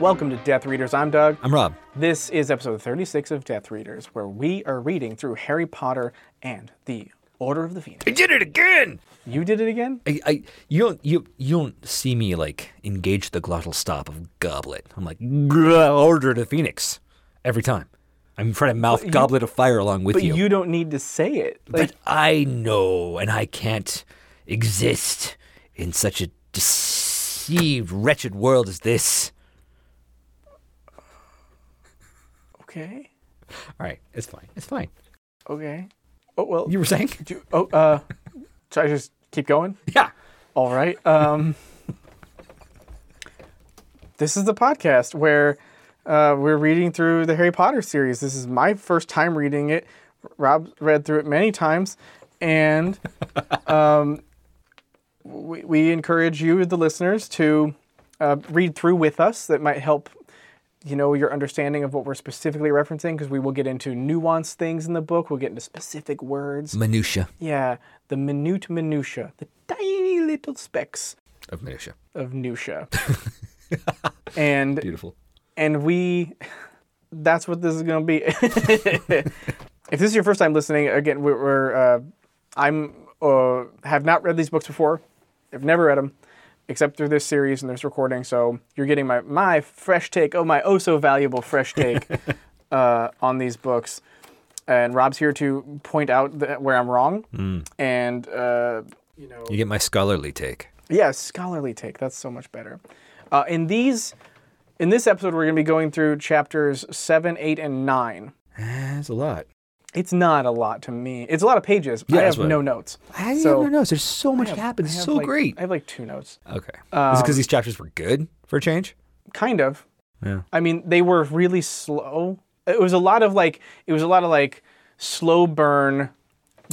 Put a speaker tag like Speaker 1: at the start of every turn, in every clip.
Speaker 1: Welcome to Death Readers. I'm Doug.
Speaker 2: I'm Rob.
Speaker 1: This is episode 36 of Death Readers, where we are reading through Harry Potter and the Order of the Phoenix.
Speaker 2: I did it again.
Speaker 1: You did it again?
Speaker 2: I, I you don't you you don't see me like engage the glottal stop of goblet. I'm like "Grr, order to phoenix every time. I'm trying to mouth goblet of fire along with
Speaker 1: But
Speaker 2: you.
Speaker 1: you don't need to say it. Like,
Speaker 2: But I know, and I can't exist in such a deceived, wretched world as this.
Speaker 1: okay.
Speaker 2: All right, it's fine. It's fine.
Speaker 1: Okay. Oh, well.
Speaker 2: You were saying?
Speaker 1: do, oh, uh, should I just keep going?
Speaker 2: Yeah.
Speaker 1: All right. Um, this is the podcast where uh, we're reading through the Harry Potter series. This is my first time reading it. Rob read through it many times, and um, we, we encourage you, the listeners, to uh, read through with us. That might help. You know your understanding of what we're specifically referencing because we will get into nuanced things in the book. We'll get into specific words.
Speaker 2: Minutia
Speaker 1: Yeah, the minute minutia, the tiny little specks
Speaker 2: of minutia.
Speaker 1: of Nusha. and
Speaker 2: Beautiful.
Speaker 1: and we that's what this is going to be. if this is your first time listening, again we- we're uh, I'm uh, have not read these books before. I've never read them except through this series and this recording, so you're getting my my fresh take, oh my oh so valuable fresh take uh, on these books. And Rob's here to point out that where I'm wrong and uh, you know
Speaker 2: You get my scholarly take.
Speaker 1: yeah, scholarly take. That's so much better. Uh, in these, in this episode, we're going to be going through chapters seven, eight, and nine.
Speaker 2: That's a lot.
Speaker 1: It's not a lot to me. It's a lot of pages.
Speaker 2: Yeah,
Speaker 1: I
Speaker 2: that's
Speaker 1: have
Speaker 2: what-
Speaker 1: no notes.
Speaker 2: I
Speaker 1: So-
Speaker 2: never knows. There's so much
Speaker 1: I have-
Speaker 2: happens.
Speaker 1: I
Speaker 2: It's
Speaker 1: have
Speaker 2: so
Speaker 1: like-
Speaker 2: great.
Speaker 1: I um, have like two notes,
Speaker 2: Okay. Is it because these chapters were good for a change?
Speaker 1: kind of.
Speaker 2: Yeah.
Speaker 1: I mean, they were really slow. It was a lot of like, it was a lot of like slow burn,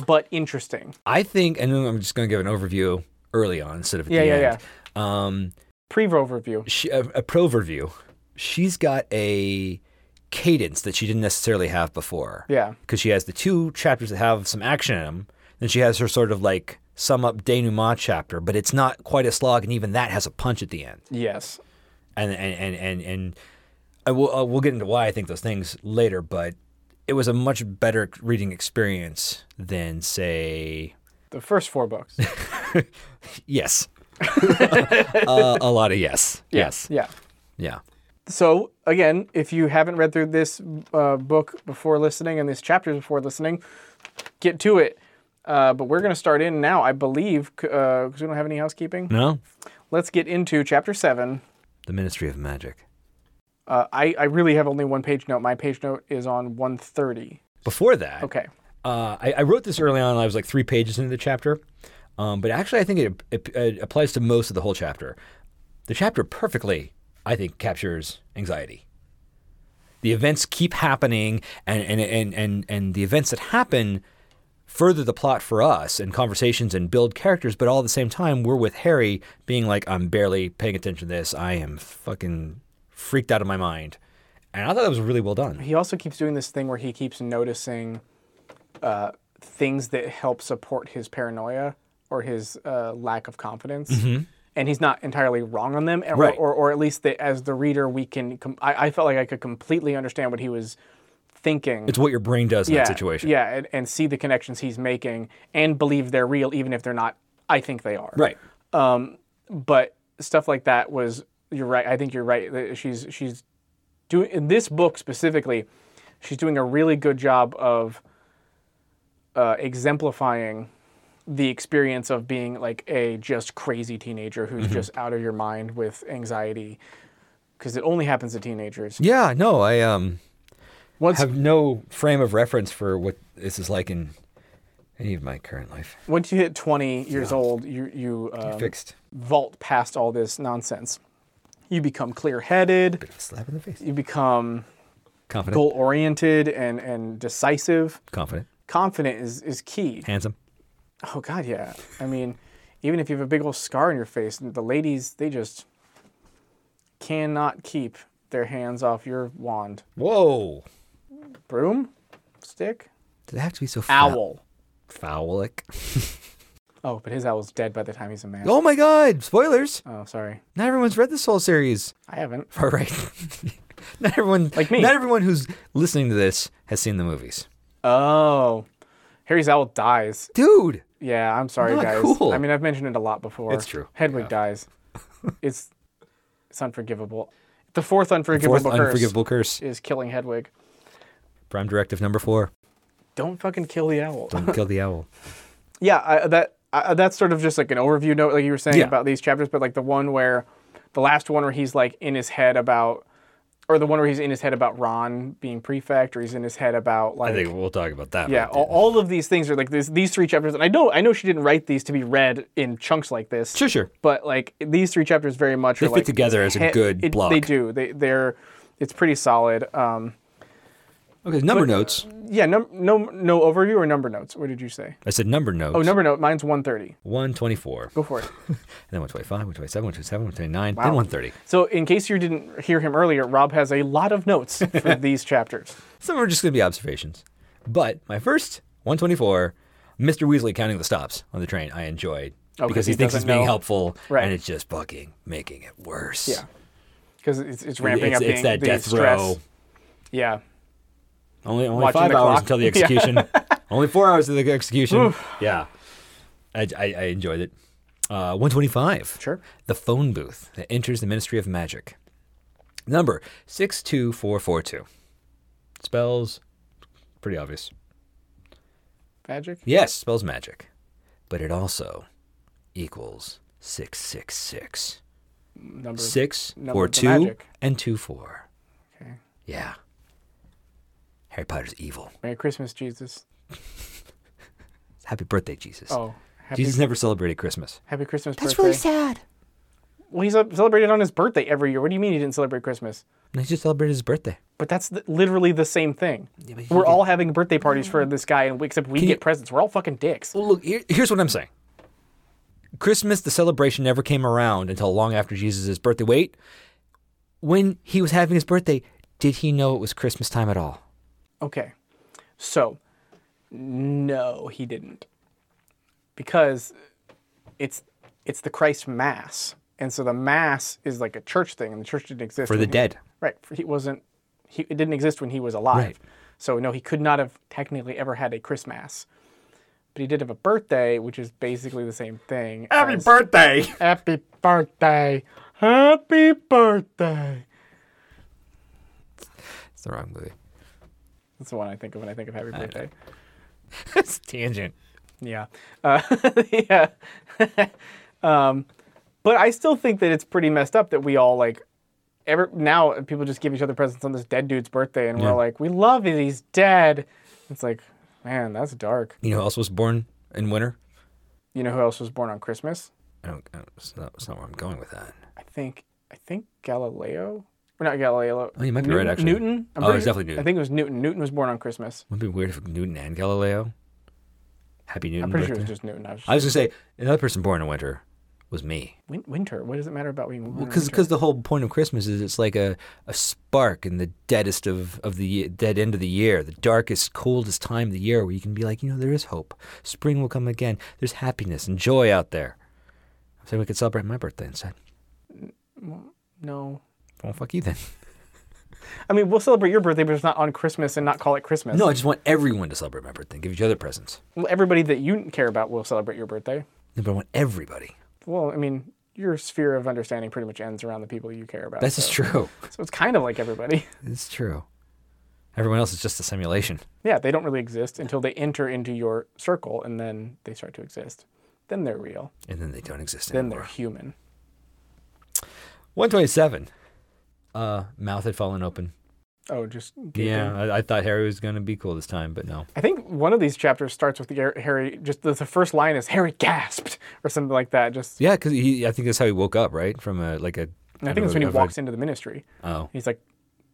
Speaker 1: but interesting.
Speaker 2: I think, and then I'm just going to give an overview early on instead of at
Speaker 1: Yeah,
Speaker 2: the
Speaker 1: yeah,
Speaker 2: end. Yeah. Um,
Speaker 1: Pre-overview.
Speaker 2: she, a, a proverview. She's got a cadence that she didn't necessarily have before.
Speaker 1: Yeah.
Speaker 2: Because she has the two chapters that have some action in them. Then she has her sort of like sum up denouement chapter, but it's not quite a slog, and even that has a punch at the end.
Speaker 1: Yes.
Speaker 2: and and and and, and I will uh, we'll get into why I think those things later, but it was a much better reading experience than say
Speaker 1: The first four books.
Speaker 2: yes, uh, a lot of yes, yes,
Speaker 1: yeah.
Speaker 2: yeah.
Speaker 1: So, again, if you haven't read through this uh, book before listening and these chapters before listening, get to it. Uh, but we're going to start in now, I believe, because we don't have any housekeeping.
Speaker 2: No,
Speaker 1: Let's get into chapter seven.
Speaker 2: the Ministry of Magic.
Speaker 1: Uh, I, I really have only one page note. My page note is on 130.
Speaker 2: Before that,
Speaker 1: Okay.
Speaker 2: uh, I, I wrote this early on. I was like three pages into the chapter, um, but actually, I think it, it, it applies to most of the whole chapter. The chapter perfectly, I think, captures anxiety. The events keep happening, and and and and, and the events that happen further the plot for us and conversations and build characters but all at the same time we're with harry being like i'm barely paying attention to this i am fucking freaked out of my mind and i thought that was really well done
Speaker 1: He also keeps doing this thing where he keeps noticing uh, things that help support his paranoia or his uh, lack of confidence. And he's not entirely wrong on them, or,
Speaker 2: Mm-hmm. Right.
Speaker 1: or, or at least that as the reader, we can. Com- I, I felt like I could completely understand what he was thinking.
Speaker 2: it's what your brain does in
Speaker 1: yeah,
Speaker 2: that situation
Speaker 1: Yeah, and, and see the connections he's making and believe they're real, even if they're not. I think they are
Speaker 2: right
Speaker 1: but stuff like that was you're right i think you're right that she's she's doing in this book specifically she's doing a really good job of uh, exemplifying the experience of being like a just crazy teenager who's just out of your mind with anxiety because it only happens to teenagers
Speaker 2: Yeah, no, I um
Speaker 1: once
Speaker 2: have no frame of reference for what this is like in any of my current life.
Speaker 1: once you hit 20 years old you you um,
Speaker 2: Fixed.
Speaker 1: vault past all this nonsense you become clear-headed
Speaker 2: Slap in the face.
Speaker 1: you become
Speaker 2: Confident.
Speaker 1: goal oriented and and decisive.
Speaker 2: Confident.
Speaker 1: Confident is is key.
Speaker 2: Handsome.
Speaker 1: Oh God, yeah. I mean, even if you have a big old scar on your face, the ladies they just cannot keep their hands off your wand,
Speaker 2: Whoa.
Speaker 1: broom, stick,
Speaker 2: Did it have to be so foul?
Speaker 1: owl.
Speaker 2: Foulic.
Speaker 1: Oh, but his owl's dead by the time he's a man.
Speaker 2: Oh my God! Spoilers.
Speaker 1: Oh, sorry.
Speaker 2: Not everyone's read this whole series.
Speaker 1: I haven't.
Speaker 2: All right. not everyone.
Speaker 1: Like me.
Speaker 2: Not everyone who's listening to this has seen the movies.
Speaker 1: Oh. Harry's owl dies.
Speaker 2: Dude.
Speaker 1: Yeah, I'm sorry,
Speaker 2: Not
Speaker 1: guys.
Speaker 2: cool.
Speaker 1: I mean, I've mentioned it a lot before.
Speaker 2: It's true.
Speaker 1: Hedwig dies. It's it's unforgivable. The fourth unforgivable
Speaker 2: Fourth
Speaker 1: curse
Speaker 2: unforgivable curse.
Speaker 1: is killing Hedwig.
Speaker 2: Prime directive number four.
Speaker 1: Don't fucking kill the owl.
Speaker 2: Don't kill the owl.
Speaker 1: yeah, I, uh, that I, that's sort of just like an overview note, like you were saying
Speaker 2: Yeah.
Speaker 1: about these chapters, but like the one where the last one where he's like in his head about, or the one where he's in his head about Ron being prefect, or he's in his head about like
Speaker 2: I think we'll talk about that.
Speaker 1: Yeah,
Speaker 2: right?
Speaker 1: all, all of these things are like this, these three chapters, and I know I know she didn't write these to be read in chunks like this.
Speaker 2: Sure, sure.
Speaker 1: But like these three chapters very much they are
Speaker 2: fit
Speaker 1: like,
Speaker 2: together as a
Speaker 1: he-
Speaker 2: good
Speaker 1: it- They
Speaker 2: block.
Speaker 1: do. They they're it's pretty solid. Um,
Speaker 2: Okay, number notes.
Speaker 1: yeah, no no no overview or number notes. What did you say?
Speaker 2: I said number notes.
Speaker 1: Oh, number note. Mine's one thirty.
Speaker 2: 124.
Speaker 1: Go for it.
Speaker 2: And then 125, 127, 127, 129, then 130.
Speaker 1: so in case you didn't hear him earlier, Rob has a lot of notes for these chapters.
Speaker 2: Some are just going to be observations. But my first, 124, Mr. Weasley counting the stops on the train, I enjoyed.
Speaker 1: Oh, 'cause
Speaker 2: because
Speaker 1: he
Speaker 2: he, thinks he's
Speaker 1: doesn't
Speaker 2: being
Speaker 1: know.
Speaker 2: helpful,
Speaker 1: Right.
Speaker 2: and it's just fucking making it worse.
Speaker 1: Yeah. Because it's, it's ramping
Speaker 2: it's,
Speaker 1: up
Speaker 2: it's
Speaker 1: the,
Speaker 2: that
Speaker 1: the
Speaker 2: death
Speaker 1: stress.
Speaker 2: row.
Speaker 1: Yeah.
Speaker 2: Only, only
Speaker 1: Watching
Speaker 2: five
Speaker 1: the
Speaker 2: hours
Speaker 1: clock.
Speaker 2: until the
Speaker 1: Yeah.
Speaker 2: execution. only four hours to the execution. Yeah. I, I, I enjoyed it. Uh, 125.
Speaker 1: Sure.
Speaker 2: The phone booth that enters the Ministry of Magic. Number 62442. Spells, pretty obvious.
Speaker 1: Magic.
Speaker 2: Yes, spells magic. But it also equals 666.
Speaker 1: Number.
Speaker 2: 6
Speaker 1: number
Speaker 2: or
Speaker 1: of the
Speaker 2: 2
Speaker 1: magic.
Speaker 2: and 2 4.
Speaker 1: Okay.
Speaker 2: Yeah. Harry Potter's evil.
Speaker 1: Merry Christmas, Jesus.
Speaker 2: Happy birthday, Jesus.
Speaker 1: Oh, happy,
Speaker 2: Jesus never celebrated Christmas.
Speaker 1: happy Christmas
Speaker 2: That's
Speaker 1: birthday.
Speaker 2: really sad.
Speaker 1: Well, he's uh, celebrated on his birthday every year. What do you mean he didn't celebrate Christmas?
Speaker 2: And he just celebrated his birthday.
Speaker 1: But that's th- literally the same thing.
Speaker 2: but he
Speaker 1: We're all having birthday parties for this guy, and we, except we get presents. We're all fucking dicks.
Speaker 2: Well, look, here, here's what I'm saying. Christmas, the celebration never came around until long after Jesus' birthday. Wait, when he was having his birthday, did he know it was Christmas time at all?
Speaker 1: Okay, so no, he didn't, because it's it's the Christ Mass, and so the Mass is like a church thing, and the church didn't exist
Speaker 2: For the
Speaker 1: when he-
Speaker 2: dead.
Speaker 1: Right, for- he wasn't. He it didn't exist when he was alive.
Speaker 2: Right.
Speaker 1: So no, he could not have technically ever had a Christmas. But he did have a birthday, which is basically the same thing. as-
Speaker 2: birthday!
Speaker 1: Happy birthday. Happy birthday.
Speaker 2: It's the wrong movie.
Speaker 1: That's the one I think of when I think of happy birthday.
Speaker 2: it's tangent.
Speaker 1: Yeah. Uh, yeah. um, but I still think that it's pretty messed up that we all like ever now people just give each other presents on this dead dude's birthday and
Speaker 2: Yeah.
Speaker 1: we're like, we love it, he's dead. It's like, man, that's dark.
Speaker 2: You know who else was born in winter?
Speaker 1: You know who else was born on Christmas?
Speaker 2: I don't, I don't, that's, not, that's not where I'm going with that.
Speaker 1: I think I think Galileo. Or not Galileo.
Speaker 2: Oh, you might be right,
Speaker 1: Newton,
Speaker 2: actually.
Speaker 1: Newton.
Speaker 2: Oh, it
Speaker 1: pretty
Speaker 2: was
Speaker 1: sure-
Speaker 2: definitely
Speaker 1: I think it was Newton. Newton was born on Christmas.
Speaker 2: Wouldn't it be weird if Newton and Galileo? Happy Newton.
Speaker 1: I'm pretty sure it
Speaker 2: birthday.
Speaker 1: was just Newton. I was just
Speaker 2: I was going to say, another person born in winter was me.
Speaker 1: Win- winter. What does it matter about being born in
Speaker 2: because
Speaker 1: winter?
Speaker 2: because the whole point of Christmas is it's like a, a spark in the deadest of of the ye- dead end of the year, the darkest, coldest time of the year, where you can be like, you know, there is hope. Spring will come again. There's happiness and joy out there. I'm saying we could celebrate my birthday instead.
Speaker 1: no.
Speaker 2: Well, fuck you then.
Speaker 1: I mean, we'll celebrate your birthday, but it's not on Christmas and not call it Christmas.
Speaker 2: No, I just want everyone to celebrate my birthday. and Give each other presents.
Speaker 1: Well, everybody that you care about will celebrate your birthday.
Speaker 2: No, but I want everybody.
Speaker 1: Well, I mean, your sphere of understanding pretty much ends around the people you care about.
Speaker 2: This is
Speaker 1: so-
Speaker 2: true.
Speaker 1: So it's kind of like everybody.
Speaker 2: It's true. Everyone else is just a simulation.
Speaker 1: Yeah, they don't really exist until they enter into your circle, and then they start to exist. Then they're real.
Speaker 2: And then they don't exist
Speaker 1: Then
Speaker 2: anymore.
Speaker 1: they're human.
Speaker 2: 127. Uh, mouth had fallen open.
Speaker 1: Oh, just gaping.
Speaker 2: Yeah, I, I thought Harry was going to be cool this time, but no.
Speaker 1: I think one of these chapters starts with the Har- Harry. Just the, the first line is Harry gasped or something like that. Just
Speaker 2: Yeah, because he, I think that's how he woke up, right? From a like a.
Speaker 1: And I think that's when he walks into the ministry.
Speaker 2: Oh,
Speaker 1: He's like,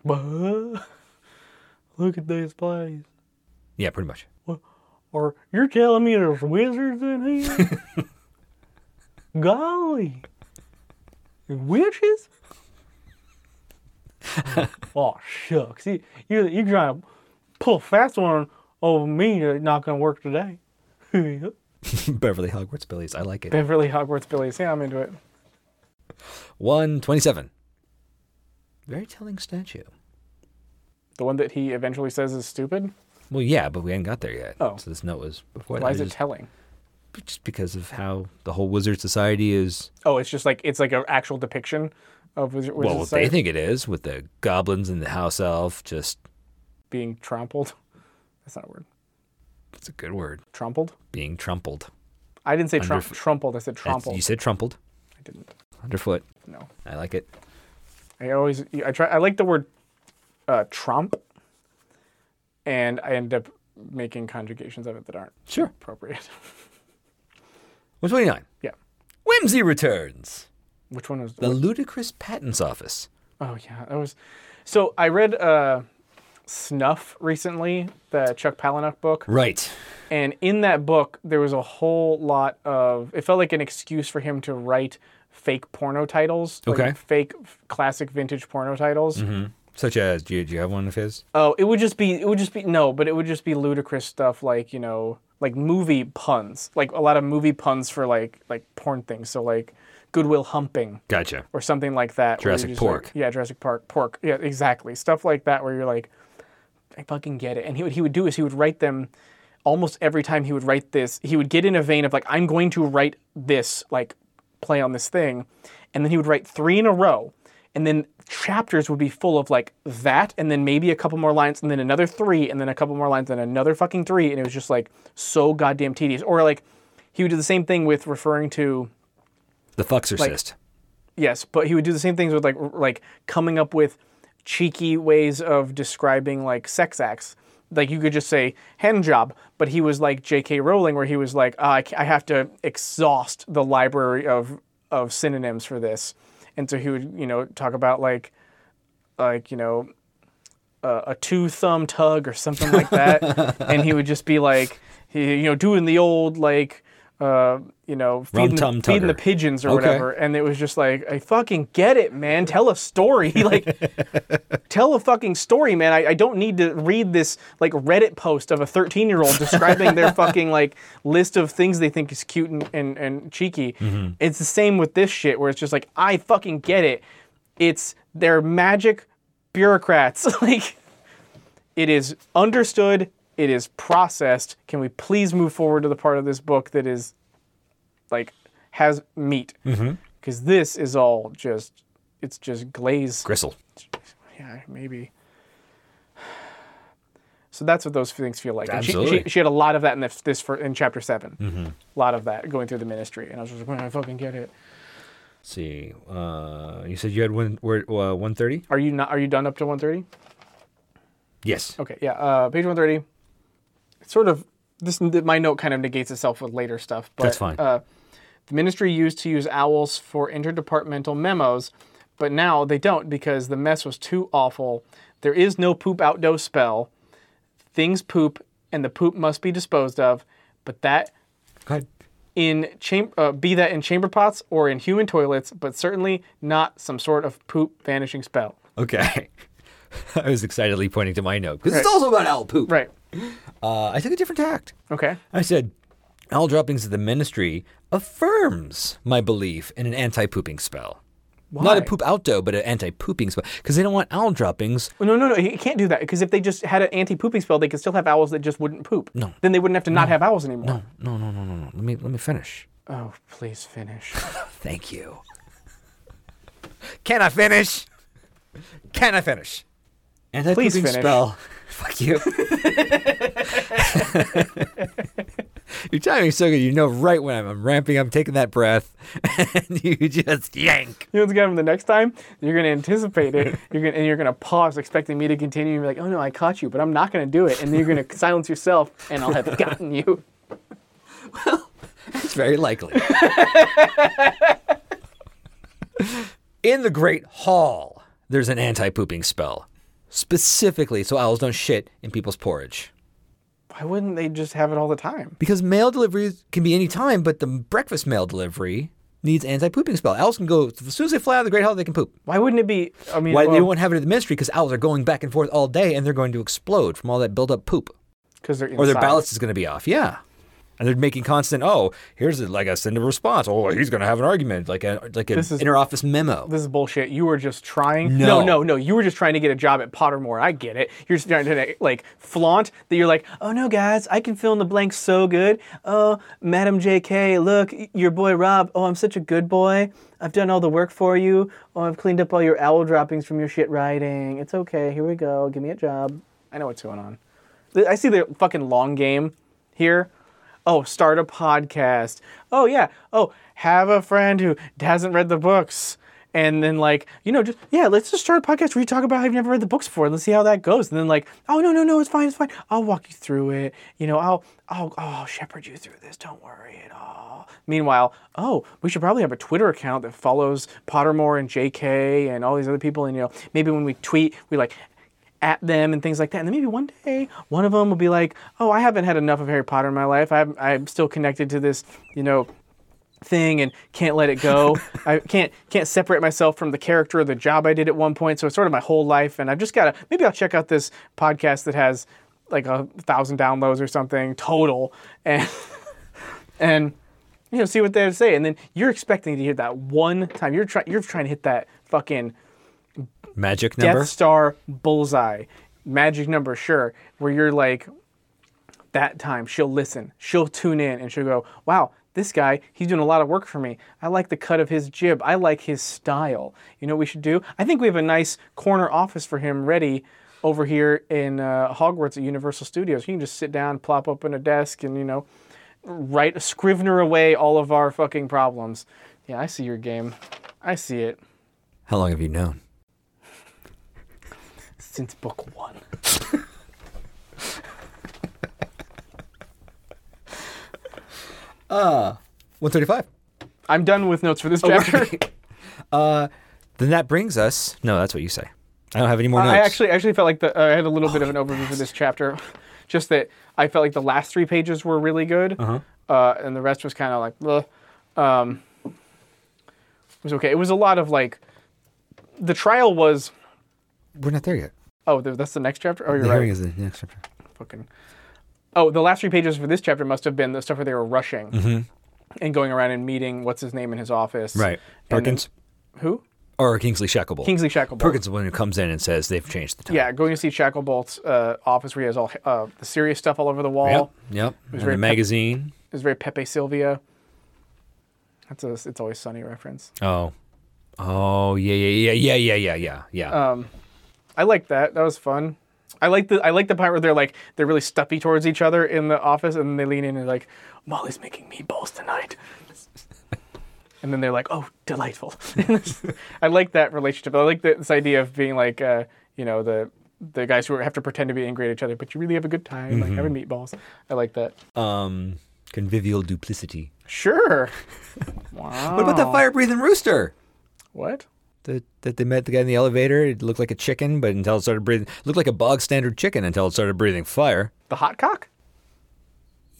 Speaker 1: "Whoa, look at this place.
Speaker 2: yeah, pretty much.
Speaker 1: Or you're telling me there's wizards in here? Golly. And Witches? oh, shucks. You, you, you're trying to pull a fast one over me that's not going to work today.
Speaker 2: Beverly Hogwarts Billies. I like it.
Speaker 1: Beverly Hogwarts Billies. Yeah, I'm into it.
Speaker 2: 127. Very telling statue.
Speaker 1: The one that he eventually says is stupid.
Speaker 2: Well, yeah, but we hadn't got there yet.
Speaker 1: Oh.
Speaker 2: So this note was before
Speaker 1: Why
Speaker 2: that.
Speaker 1: is it
Speaker 2: Just-
Speaker 1: telling?
Speaker 2: just because of how the whole Wizard Society is.
Speaker 1: Oh, it's just like it's like an actual depiction of Wizard, Wizard
Speaker 2: well, what
Speaker 1: Society
Speaker 2: they think it is, with the goblins and the house elf. Just,
Speaker 1: being trampled. That's not a word.
Speaker 2: it's a good word.
Speaker 1: Trampled.
Speaker 2: Being trumpled.
Speaker 1: I didn't say trum-
Speaker 2: Underf-
Speaker 1: trampled. I said
Speaker 2: That's-
Speaker 1: trampled.
Speaker 2: You said trumpled.
Speaker 1: I didn't.
Speaker 2: Underfoot.
Speaker 1: No.
Speaker 2: I like it.
Speaker 1: I always I try I like the word uh, trump, and I end up making conjugations of it that aren't
Speaker 2: Sure.
Speaker 1: appropriate.
Speaker 2: 129.
Speaker 1: yeah.
Speaker 2: Whimsy returns.
Speaker 1: Which one was
Speaker 2: The ludicrous patents office.
Speaker 1: Oh yeah, that was. So I read uh, Snuff recently, the Chuck Palahniuk book,
Speaker 2: Right.
Speaker 1: and in that book there was a whole lot of. It felt like an excuse for him to write fake porno titles, like
Speaker 2: Okay.
Speaker 1: fake f- classic vintage porno titles.
Speaker 2: Such as, do you, do you have one of his?
Speaker 1: Oh, it would just be it would just be no, but it would just be ludicrous stuff like you know like movie puns, like a lot of movie puns for like like porn things. So like Goodwill Humping
Speaker 2: Gotcha.
Speaker 1: or something like that. where you're
Speaker 2: Jurassic
Speaker 1: just like-
Speaker 2: Pork.
Speaker 1: yeah, Jurassic Park. Pork. Yeah, exactly. Stuff like that where you're like, I fucking get it. And he, what he would do is he would write them almost every time he would write this. He would get in a vein of like, I'm going to write this, like play on this thing. And then he would write three in a row. And then chapters would be full of like that, and then maybe a couple more lines, and then another three, and then a couple more lines, and another fucking three. And it was just like so goddamn tedious. Or like he would do the same thing with referring to
Speaker 2: The Fuxorcist.
Speaker 1: Yes, but he would do the same things with like r- like coming up with cheeky ways of describing like sex acts. Like you could just say hand job, but he was like J.K. Rowling, where he was like, "Ah, I, ca- I have to exhaust the library of of synonyms for this, and so he would you know talk about like like you know a, a two thumb tug or something like that, and he would just be like he, you know doing the old like uh, you know feeding, the,
Speaker 2: Rum-tum
Speaker 1: feeding the
Speaker 2: tugger.
Speaker 1: pigeons or
Speaker 2: Okay.
Speaker 1: whatever, and it was just like I fucking get it, man. Tell a story, like tell a fucking story, man. I, I don't need to read this like Reddit post of a thirteen year old describing their fucking like list of things they think is cute and and, and cheeky. It's the same with this shit where it's just like I fucking get it. It's they're magic bureaucrats. like it is understood. It is processed. Can we please move forward to the part of this book that is like has meat? Because this is all just it's just glaze.
Speaker 2: Gristle.
Speaker 1: Yeah, maybe. So that's what those things feel like. And she- She, she,
Speaker 2: Absolutely.
Speaker 1: had a lot of that in this, this for, in chapter 7 A lot of that going through the ministry, and I was just like, "Man, I fucking get it.
Speaker 2: Let's see. Uh, you said you had one, were, uh, 130?
Speaker 1: Are you not? Are you done up to 130?
Speaker 2: Yes.
Speaker 1: Okay, yeah. Uh, page 130. It's sort of this. My note kind of negates itself with later stuff, but
Speaker 2: That's fine.
Speaker 1: Uh, the ministry used to use owls for interdepartmental memos, but now they don't because the mess was too awful. There is no poop out outdo spell. Things poop, and the poop must be disposed of. But that
Speaker 2: Go ahead.
Speaker 1: in chamber, uh, be that in chamber pots or in human toilets, but certainly not some sort of poop vanishing spell.
Speaker 2: Okay. I was excitedly pointing to my note because it's also about owl poop.
Speaker 1: Right.
Speaker 2: Uh, I took a different tact.
Speaker 1: Okay.
Speaker 2: I said, owl droppings of the ministry affirms my belief in an anti-pooping spell. Not
Speaker 1: Why?
Speaker 2: a poop outdo, but an anti-pooping spell because they don't want owl droppings.
Speaker 1: Well, No, no, no. You can't do that because if they just had an anti-pooping spell, they could still have owls that just wouldn't poop. No. Then they wouldn't have to not have owls anymore.
Speaker 2: No, no, no, no, no, no. Let me let me finish.
Speaker 1: Oh, please finish.
Speaker 2: Thank you. Can I finish? Can I finish? Anti-pooping
Speaker 1: Please finish.
Speaker 2: spell. Fuck you. Your timing's so good. You know right when I'm, I'm ramping up, taking that breath, and you just yank.
Speaker 1: you know what's gonna happen the next time? You're gonna anticipate it. You're gonna and you're gonna pause, expecting me to continue. And be like, oh no, I caught you, but I'm not gonna do it. And then you're gonna silence yourself, and I'll have gotten you.
Speaker 2: It's very likely. In the Great Hall, there's an anti-pooping spell, specifically so owls don't shit in people's porridge.
Speaker 1: Why wouldn't they just have it all the time?
Speaker 2: Because mail deliveries can be any time, but the breakfast mail delivery needs anti-pooping spell. Owls can go as soon as they fly out of the Great Hall, they can poop.
Speaker 1: Why wouldn't it be? I mean,
Speaker 2: Why they
Speaker 1: well,
Speaker 2: won't have it at the ministry? Because owls are going back and forth all day, and they're going to explode from all that build-up poop,
Speaker 1: because they're inside.
Speaker 2: or their ballast is going to be off. Yeah, And they're making constant, oh, here's a, like a send a response. Oh, he's going to have an argument, like a like an
Speaker 1: This is-
Speaker 2: interoffice memo.
Speaker 1: This is bullshit. You were just trying.
Speaker 2: No.
Speaker 1: no, no, no. You were just trying to get a job at Pottermore. I get it. You're just trying to like flaunt that you're like, oh no, guys, I can fill in the blanks so good. Oh, Madam J.K., look, your boy Rob. Oh, I'm such a good boy. I've done all the work for you. Oh, I've cleaned up all your owl droppings from your shit writing. It's okay. Here we go. Give me a job. I know what's going on. Th- I see the fucking long game here. Oh, start a podcast. Oh yeah. Oh, have a friend who hasn't read the books. And then like, you know, just yeah, let's just start a podcast where you talk about how you've never read the books before and let's see how that goes. And then like, oh no, no, no, it's fine, it's fine. I'll walk you through it. You know, I'll I'll oh, I'll shepherd you through this. Don't worry at all. Meanwhile, oh, we should probably have a Twitter account that follows Pottermore and JK and all these other people. And you know, maybe when we tweet, we like at them and things like that. And then maybe one day, one of them will be like, "Oh, I haven't had enough of Harry Potter in my life. I'm, I'm still connected to this, you know, thing and can't let it go. I can't can't separate myself from the character or the job I did at one point. So it's sort of my whole life. And I've just got to maybe I'll check out this podcast that has like a thousand downloads or something total, and and you know see what they have to say. And then you're expecting to hit that one time. You're trying you're trying to hit that fucking
Speaker 2: Magic
Speaker 1: Death
Speaker 2: number.
Speaker 1: Star Bullseye magic number, sure, where you're like, that time she'll listen, she'll tune in, and she'll go, wow, this guy, he's doing a lot of work for me. I like the cut of his jib. I like his style. You know what we should do? I think we have a nice corner office for him ready over here in uh, Hogwarts at Universal Studios. You can just sit down, plop open a desk, and you know, write scrivener away all of our fucking problems. Yeah, I see your game. I see it
Speaker 2: How long have you known?
Speaker 1: since book one.
Speaker 2: One thirty-five.
Speaker 1: I'm done with notes for this chapter.
Speaker 2: Uh, Then that brings us. No, that's what you say. I don't have any more notes.
Speaker 1: I actually actually felt like the, I had a little bit of an overview for this chapter, just that I felt like the last three pages were really good, uh and the rest was kind of like, bleh. Um, it was okay. It was a lot of like, the trial was.
Speaker 2: we're not there yet.
Speaker 1: Oh, th- that's the next chapter. Oh, you're
Speaker 2: The hearing
Speaker 1: right.
Speaker 2: is the next chapter.
Speaker 1: Fucking. Oh, the last three pages for this chapter must have been the stuff where they were rushing and going around and meeting what's his name in his office.
Speaker 2: Right.
Speaker 1: And then-
Speaker 2: Perkins
Speaker 1: Who?
Speaker 2: or Kingsley Shacklebolt.
Speaker 1: Kingsley Shacklebolt.
Speaker 2: Perkins is the one who comes in and says they've changed the time.
Speaker 1: Yeah, going to see Shacklebolt's uh, office where he has all uh, the serious stuff all over the wall.
Speaker 2: Yep. Yep. And
Speaker 1: very
Speaker 2: the
Speaker 1: pep-
Speaker 2: magazine.
Speaker 1: It's very Pepe Silvia. That's a it's always sunny reference.
Speaker 2: Oh. Oh yeah yeah yeah yeah yeah yeah yeah yeah.
Speaker 1: Um, I like that. That was fun. I like the I like the part where they're like they're really stuffy towards each other in the office, and then they lean in and like Molly's making meatballs tonight. And then they're like, "Oh, delightful!" I like that relationship. I like this idea of being like, uh, you know, the the guys who have to pretend to be angry at each other, but you really have a good time, like having meatballs. I like that.
Speaker 2: um, convivial duplicity.
Speaker 1: Sure. wow.
Speaker 2: What about that fire-breathing rooster?
Speaker 1: What?
Speaker 2: That that they met the guy in the elevator. It looked like a chicken, but until it started breathing, looked like a bog standard chicken until it started breathing fire.
Speaker 1: The hot cock?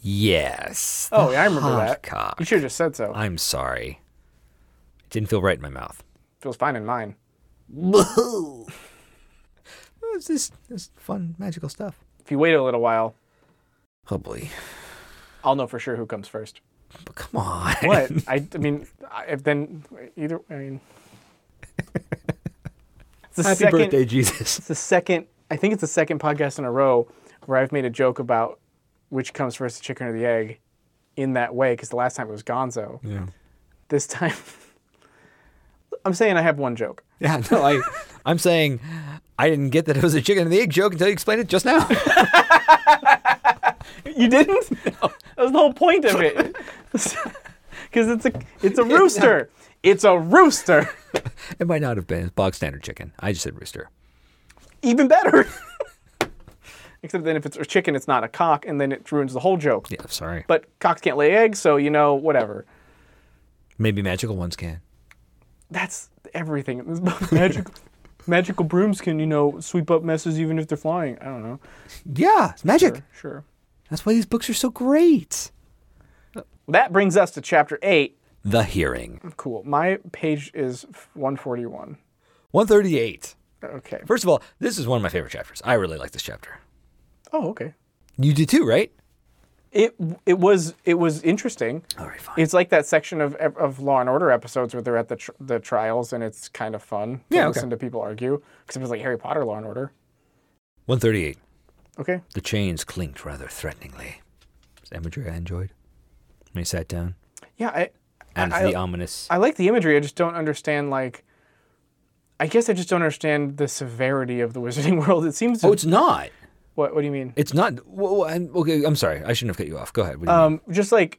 Speaker 2: Yes.
Speaker 1: Oh, yeah, I remember
Speaker 2: hot
Speaker 1: that.
Speaker 2: cock.
Speaker 1: You should have just said so.
Speaker 2: I'm sorry. It didn't feel right in my mouth.
Speaker 1: Feels fine in mine.
Speaker 2: it's this this fun magical stuff.
Speaker 1: If you wait a little while,
Speaker 2: Oh boy.
Speaker 1: I'll know for sure who comes first.
Speaker 2: But come on.
Speaker 1: What? I, I mean, I, if then either. I mean, it's the
Speaker 2: Happy
Speaker 1: second.
Speaker 2: birthday, Jesus.
Speaker 1: It's the second. I think it's the second podcast in a row where I've made a joke about which comes first, the chicken or the egg, in that way. Because the last time it was Gonzo.
Speaker 2: Yeah.
Speaker 1: This time, I'm saying I have one joke.
Speaker 2: Yeah, no, I I'm saying I didn't get that it was a chicken and the egg joke until you explained it just now.
Speaker 1: You didn't? That was the whole point of it. Because it's a it's a rooster. It's a rooster.
Speaker 2: it might not have been It's bog standard chicken. I just said rooster.
Speaker 1: Even better. Except then if it's a chicken, it's not a cock, and then it ruins the whole joke.
Speaker 2: Yeah, sorry.
Speaker 1: But cocks can't lay eggs, so you know whatever.
Speaker 2: Maybe magical ones can.
Speaker 1: That's everything. It's about magic. Magical brooms can, you know, sweep up messes even if they're flying. I don't know.
Speaker 2: Yeah, it's magic.
Speaker 1: Sure, sure.
Speaker 2: That's why these books are so great.
Speaker 1: That brings us to chapter eight.
Speaker 2: The hearing.
Speaker 1: Cool. My page is 141.
Speaker 2: 138.
Speaker 1: Okay.
Speaker 2: First of all, this is one of my favorite chapters. I really like this chapter.
Speaker 1: Oh, okay.
Speaker 2: You do too, right?
Speaker 1: It it was it was interesting.
Speaker 2: All right, fine.
Speaker 1: It's like that section of of Law and Order episodes where they're at the tr- the trials and it's kind of fun to
Speaker 2: Yeah, okay.
Speaker 1: listen to people argue. Except it's like Harry Potter Law and Order.
Speaker 2: 138.
Speaker 1: Okay,
Speaker 2: The chains clinked rather threateningly. It's imagery I enjoyed. And he sat down.
Speaker 1: yeah, I
Speaker 2: And
Speaker 1: I-
Speaker 2: the ominous.
Speaker 1: I like the imagery. I just don't understand like. I guess I just don't understand the severity of the Wizarding world. It seems. To,
Speaker 2: oh, it's not.
Speaker 1: what What do you mean?
Speaker 2: It's not. Well, I'm, okay, I'm sorry. I shouldn't have cut you off. Go ahead. What do you mean?
Speaker 1: Um, just like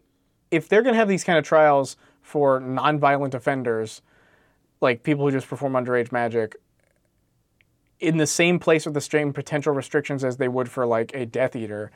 Speaker 1: if they're going to have these kind of trials for nonviolent offenders, like people who just perform underage magic, in the same place with the same potential restrictions as they would for like a Death Eater,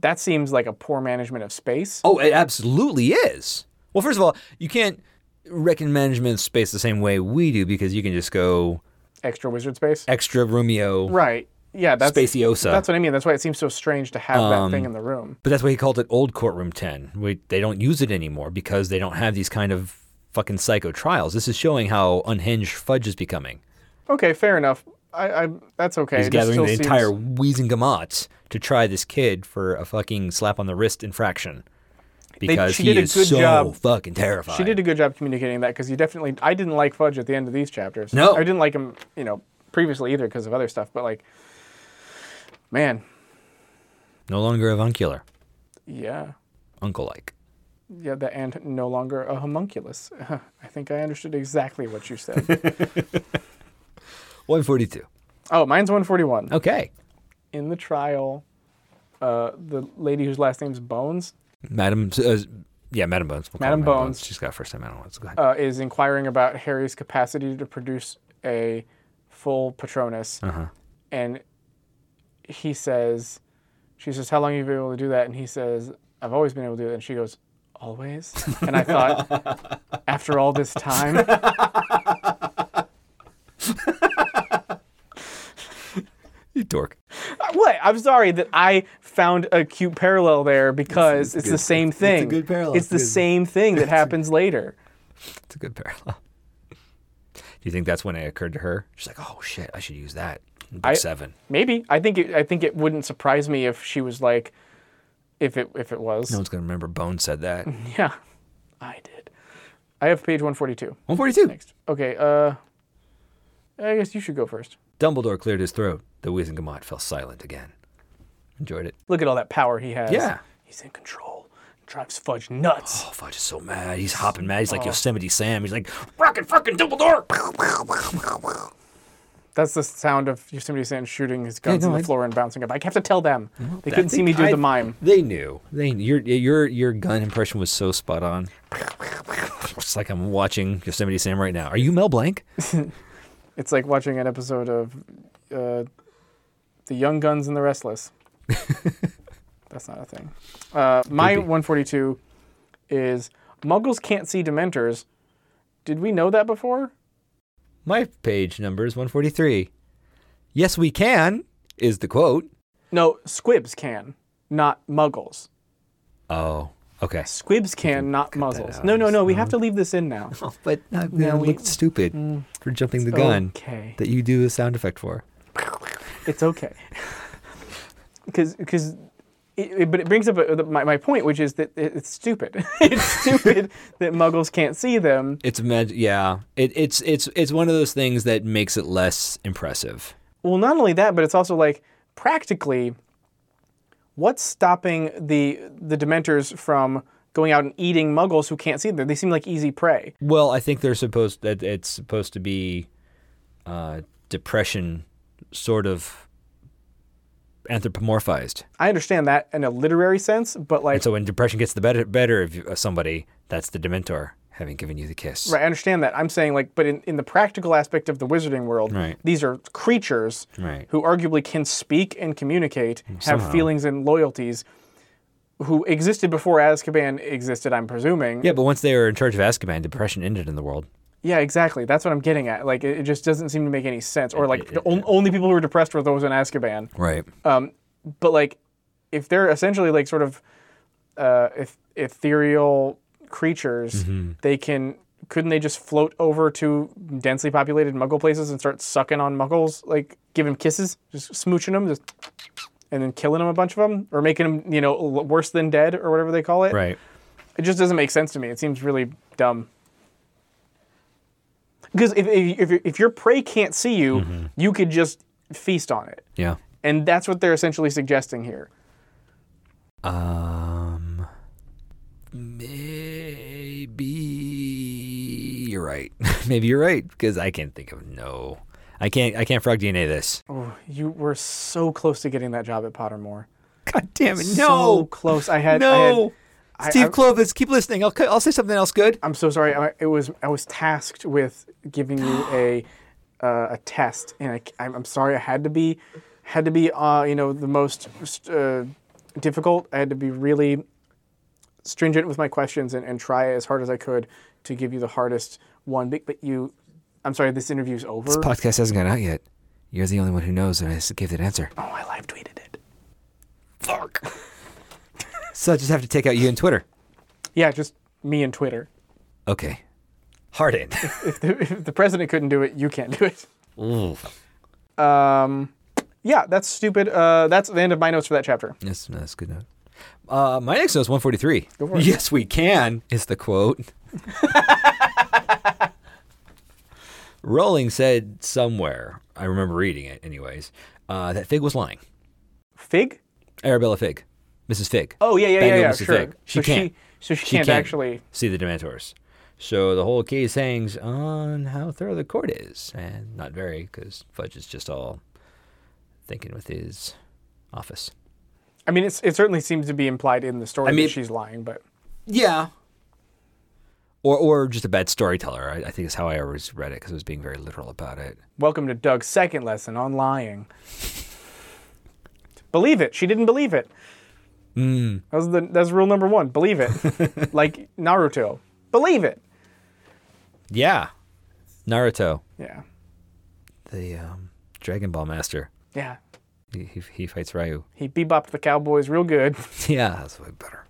Speaker 1: that seems like a poor management of space.
Speaker 2: Oh, it absolutely is. Well, first of all, you can't reckon management of space the same way we do because you can just go
Speaker 1: Extra wizard space.
Speaker 2: extra Romeo,
Speaker 1: Right. Yeah. That's
Speaker 2: spaciosa.
Speaker 1: that's what I mean. That's why it seems so strange to have that
Speaker 2: um,
Speaker 1: thing in the room.
Speaker 2: But that's why he called it Old Courtroom 10. We, they don't use it anymore because they don't have these kind of fucking psycho trials. This is showing how unhinged Fudge is becoming.
Speaker 1: Okay, fair enough. I, I that's okay.
Speaker 2: He's
Speaker 1: It just
Speaker 2: gathering the
Speaker 1: still seems-
Speaker 2: entire wheezing gamots to try this kid for a fucking slap on the wrist infraction because
Speaker 1: she
Speaker 2: he
Speaker 1: did a
Speaker 2: is
Speaker 1: good
Speaker 2: so
Speaker 1: job.
Speaker 2: fucking terrified.
Speaker 1: She did a good job communicating that because you definitely. I didn't like Fudge at the end of these chapters.
Speaker 2: No.
Speaker 1: I didn't like him, you know, previously either because of other stuff. But like, man,
Speaker 2: No longer avuncular,
Speaker 1: yeah,
Speaker 2: uncle like.
Speaker 1: yeah, the and no longer a homunculus. I think I understood exactly what you said.
Speaker 2: 142.
Speaker 1: oh, mine's 141.
Speaker 2: Okay.
Speaker 1: In the trial, uh, the lady whose last name's Bones
Speaker 2: Madam, uh, yeah, Madam Bones. We'll call her
Speaker 1: Madam Bones.
Speaker 2: She's got first time Madam Bones. Go ahead.
Speaker 1: uh, is inquiring about Harry's capacity to produce a full Patronus,
Speaker 2: Uh-huh.
Speaker 1: and he says, "She says, how long have you been able to do that?" And he says, "I've always been able to do that." And she goes, "Always." And I thought, after all this time,
Speaker 2: you dork.
Speaker 1: what? I'm sorry that I found a cute parallel there because it's,
Speaker 2: good.
Speaker 1: the same
Speaker 2: It's- it's a
Speaker 1: thing.
Speaker 2: good parallel.
Speaker 1: It's
Speaker 2: It's
Speaker 1: the
Speaker 2: good.
Speaker 1: same thing that happens later.
Speaker 2: It's a good parallel. Do you think that's when it occurred to her? She's like, oh shit, I should use that. in Book
Speaker 1: I-
Speaker 2: seven.
Speaker 1: Maybe I think it, I think it wouldn't surprise me if she was like, if it if it was.
Speaker 2: No one's gonna remember Bones said that.
Speaker 1: Yeah, I did. I have page 142.
Speaker 2: 142.
Speaker 1: Next. Okay, uh, I guess you should go first.
Speaker 2: Dumbledore cleared his throat. The Wizengamot fell silent again. Enjoyed it.
Speaker 1: Look at all that power he has.
Speaker 2: Yeah.
Speaker 1: He's in control. Drives Fudge nuts.
Speaker 2: Oh, Fudge is so mad. He's hopping mad. He's like Yosemite Sam. He's like, rocket fucking Dumbledore.
Speaker 1: That's the sound of Yosemite Sam shooting his guns
Speaker 2: no,
Speaker 1: on the
Speaker 2: I-
Speaker 1: floor and bouncing up. I have to tell them. They couldn't see me do
Speaker 2: I-
Speaker 1: the mime.
Speaker 2: They knew. They your your your gun impression was so spot on. It's like I'm watching Yosemite Sam right now. Are you Mel Blanc?
Speaker 1: It's like watching an episode of uh, The Young Guns and the Restless. That's not a thing. Uh, my 142 is Muggles can't see Dementors. Did we know that before?
Speaker 2: My page number is 143. Yes, we can is the quote.
Speaker 1: No, squibs can, not muggles.
Speaker 2: Oh, okay.
Speaker 1: Squibs can, not muzzles.
Speaker 2: out.
Speaker 1: No, no, no. We have to leave this in now.
Speaker 2: Oh, But Mm. I no,
Speaker 1: we-
Speaker 2: looked stupid for jumping the gun
Speaker 1: Okay.
Speaker 2: that you do a sound effect for.
Speaker 1: It's okay. Because because. It, it- but it brings up a, the- my, my point, which is that it, it's stupid. it's stupid that muggles can't see them.
Speaker 2: It's imag- yeah. It, it's it's it's one of those things that makes it less impressive.
Speaker 1: Well, not only that, but it's also like practically, what's stopping the the Dementors from going out and eating muggles who can't see them? They seem like easy prey.
Speaker 2: Well, I think they're supposed that it's supposed to be uh, depression sort of anthropomorphized.
Speaker 1: I understand that in a literary sense, but like
Speaker 2: And so when depression gets the better better of you- of somebody, that's the dementor having given you the kiss.
Speaker 1: Right, I understand that. I'm saying like, but in, in the practical aspect of the wizarding world,
Speaker 2: Right.
Speaker 1: these are creatures
Speaker 2: Right.
Speaker 1: who arguably can speak and communicate, have feelings and loyalties, who existed before Azkaban existed. I'm presuming.
Speaker 2: Yeah, but once they were in charge of Azkaban, depression ended in the world.
Speaker 1: Yeah, exactly. That's what I'm getting at. Like, it, it just doesn't seem to make any sense. Or like, the on, only people who were depressed were those in Azkaban.
Speaker 2: Right.
Speaker 1: But like, if they're essentially like sort of uh, eth- ethereal creatures, they can. Couldn't they just float over to densely populated Muggle places and start sucking on Muggles? Like, give them kisses, just smooching them, just and then killing them a bunch of them or making them you know l- worse than dead or whatever they call it.
Speaker 2: Right.
Speaker 1: It just doesn't make sense to me. It seems really dumb. Because if, if, if, your- if your prey can't see you, you could just feast on it.
Speaker 2: Yeah.
Speaker 1: And that's what they're essentially suggesting here.
Speaker 2: Um. Maybe you're right. maybe you're right because I can't think of no. I can't. I can't frog DNA this.
Speaker 1: Oh, you were so close to getting that job at Pottermore.
Speaker 2: God damn it!
Speaker 1: So close. I had. I had-
Speaker 2: no.
Speaker 1: I-
Speaker 2: Steve
Speaker 1: I-
Speaker 2: Clovis, keep listening. I'll, I'll say something else good.
Speaker 1: I'm so sorry. I, it was I was tasked with giving you a uh, a test, and I, c- I'm, I'm sorry I had to be had to be uh, you know the most uh, difficult. I had to be really stringent with my questions and, and try as hard as I could to give you the hardest one. But, but you, I'm sorry. This interview's over. Oh,
Speaker 2: Podcast hasn't gone out yet. You're the only one who knows, and I just gave that answer.
Speaker 1: I live tweeted it.
Speaker 2: Fuck. so I just have to take out you and Twitter.
Speaker 1: Yeah, just me and Twitter.
Speaker 2: Okay. Hard in.
Speaker 1: If the, if the president couldn't do it, you can't do it.
Speaker 2: Ooh.
Speaker 1: Um, yeah, that's stupid. Uh, that's the end of my notes for that chapter.
Speaker 2: That's, that's a good note. Uh, my next note is 143. Yes, we can, is the quote. Rowling said somewhere, I remember reading it anyways, uh, that Fig was lying.
Speaker 1: Fig.
Speaker 2: Arabella Fig. Mrs. Fig.
Speaker 1: Oh yeah, yeah, yeah,
Speaker 2: Bangor,
Speaker 1: yeah.
Speaker 2: Mrs.
Speaker 1: Sure.
Speaker 2: Fig. She
Speaker 1: so
Speaker 2: can't.
Speaker 1: She, so she, can't, actually.
Speaker 2: see the Dementors. So the whole case hangs on how thorough the court is, and not very, because Fudge is just all thinking with his office.
Speaker 1: I mean, it's, it certainly seems to be implied in the story
Speaker 2: mean-
Speaker 1: that she's lying, but
Speaker 2: Yeah. Or, or just a bad storyteller. I, I think is how I always read it because I was being very literal about it.
Speaker 1: welcome to Doug's second lesson on lying. believe it. She didn't believe it.
Speaker 2: Hmm.
Speaker 1: That was the that's rule number one. Believe it. like Naruto. Believe it.
Speaker 2: Yeah, Naruto,
Speaker 1: Yeah.
Speaker 2: the um, Dragon Ball master,
Speaker 1: Yeah.
Speaker 2: he, he, he fights Ryu.
Speaker 1: He bebopped the cowboys real good.
Speaker 2: yeah, that's way better.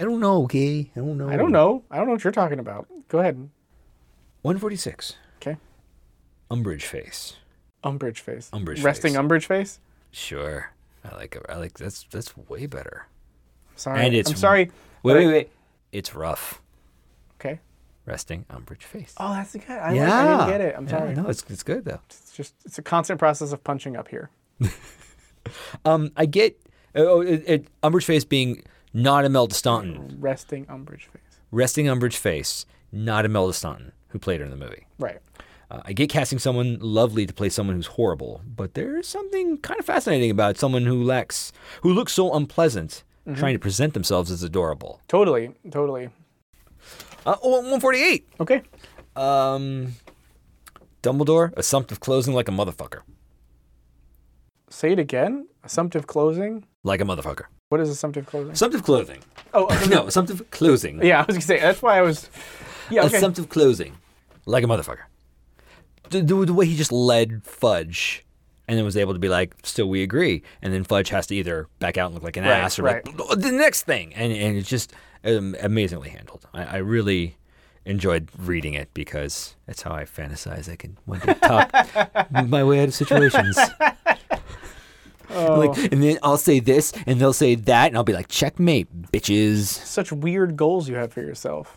Speaker 2: I don't know, gay. I don't know.
Speaker 1: I don't know. I don't know what you're talking about. Go ahead.
Speaker 2: One forty six.
Speaker 1: Okay.
Speaker 2: Umbrage face.
Speaker 1: Umbrage face.
Speaker 2: Umbrage
Speaker 1: Resting
Speaker 2: face.
Speaker 1: umbrage face.
Speaker 2: Sure. I like it. I like that's that's way better.
Speaker 1: Sorry.
Speaker 2: And it's-
Speaker 1: I'm sorry.
Speaker 2: Wait,
Speaker 1: but I-
Speaker 2: wait, wait. It's rough.
Speaker 1: Okay.
Speaker 2: Resting umbrage face.
Speaker 1: Oh, that's good. I, yeah. I didn't get it. I'm
Speaker 2: Yeah,
Speaker 1: sorry.
Speaker 2: no, it's it's good though.
Speaker 1: It's just it's a constant process of punching up here.
Speaker 2: Um, I get oh, it, it, umbrage face being not Imelda Staunton.
Speaker 1: Resting umbrage face.
Speaker 2: Resting umbrage face, not Imelda Staunton, who played her in the movie.
Speaker 1: Right.
Speaker 2: Uh, I get casting someone lovely to play someone who's horrible, but there's something kind of fascinating about someone who lacks, who looks so unpleasant,
Speaker 1: Mm-hmm.
Speaker 2: trying to present themselves as adorable.
Speaker 1: Totally. Totally.
Speaker 2: Uh, oh, 148.
Speaker 1: Okay.
Speaker 2: Um, Dumbledore, assumptive closing like a motherfucker.
Speaker 1: Say it again. Assumptive closing.
Speaker 2: Like a motherfucker.
Speaker 1: What is assumptive closing?
Speaker 2: Assumptive clothing.
Speaker 1: Oh, assumptive-
Speaker 2: no, assumptive closing.
Speaker 1: yeah. I was gonna say that's why I was. Yeah. Okay.
Speaker 2: Assumptive closing. Like a motherfucker. The, the, the way he just led Fudge and then was able to be like, still we agree. And then Fudge has to either back out and look like an
Speaker 1: Right,
Speaker 2: ass or like, "Oh, the next thing. And, and it's just um, amazingly handled. I, I really enjoyed reading it because that's how I fantasize I can one day talk my way out of situations.
Speaker 1: Oh.
Speaker 2: Like, and then I'll say this, and they'll say that, and I'll be like, checkmate, bitches.
Speaker 1: Such weird goals you have for yourself.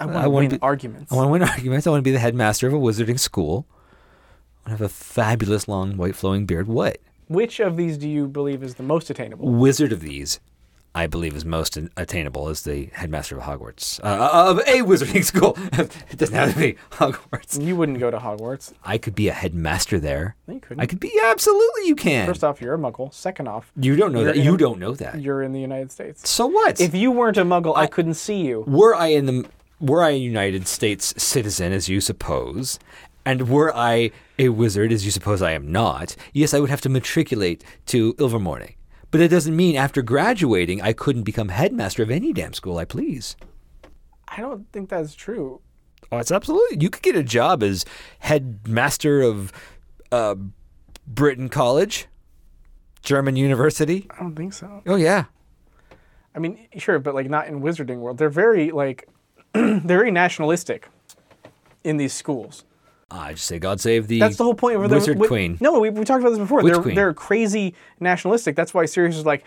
Speaker 1: I want
Speaker 2: I
Speaker 1: to
Speaker 2: wanna
Speaker 1: win
Speaker 2: be-
Speaker 1: arguments.
Speaker 2: I want to win arguments. I want to be the headmaster of a wizarding school. I want to have a fabulous long white flowing beard. What?
Speaker 1: Which of these do you believe is the most attainable?
Speaker 2: Wizard of these, I believe, is most in- attainable as the headmaster of Hogwarts. Uh, of a wizarding school. it doesn't have to be Hogwarts.
Speaker 1: You wouldn't go to Hogwarts.
Speaker 2: I could be a headmaster there.
Speaker 1: No, you couldn't.
Speaker 2: I could be, yeah, absolutely, you can.
Speaker 1: First off, you're a Muggle. Second off,
Speaker 2: you don't know
Speaker 1: you're
Speaker 2: that.
Speaker 1: in-
Speaker 2: You don't know that.
Speaker 1: you're in the United States.
Speaker 2: So what?
Speaker 1: If you weren't a Muggle, I couldn't see you.
Speaker 2: were I in the were I a United States citizen, as you suppose, and were I a wizard, as you suppose I am not, yes, I would have to matriculate to Ilvermorny. But that doesn't mean after graduating I couldn't become headmaster of any damn school I please.
Speaker 1: I don't think that's true.
Speaker 2: Oh, it's absolutely. You could get a job as headmaster of uh, Britain College, German University.
Speaker 1: I don't think so.
Speaker 2: Oh yeah,
Speaker 1: I mean, sure, but like not in Wizarding World. They're very like they're very nationalistic in these schools.
Speaker 2: I just say God save the,
Speaker 1: That's the whole point. where they're-
Speaker 2: wizard
Speaker 1: we-
Speaker 2: queen.
Speaker 1: No, we, we talked about this before.
Speaker 2: Witch
Speaker 1: they're
Speaker 2: queen.
Speaker 1: they're crazy nationalistic. That's why Sirius is like,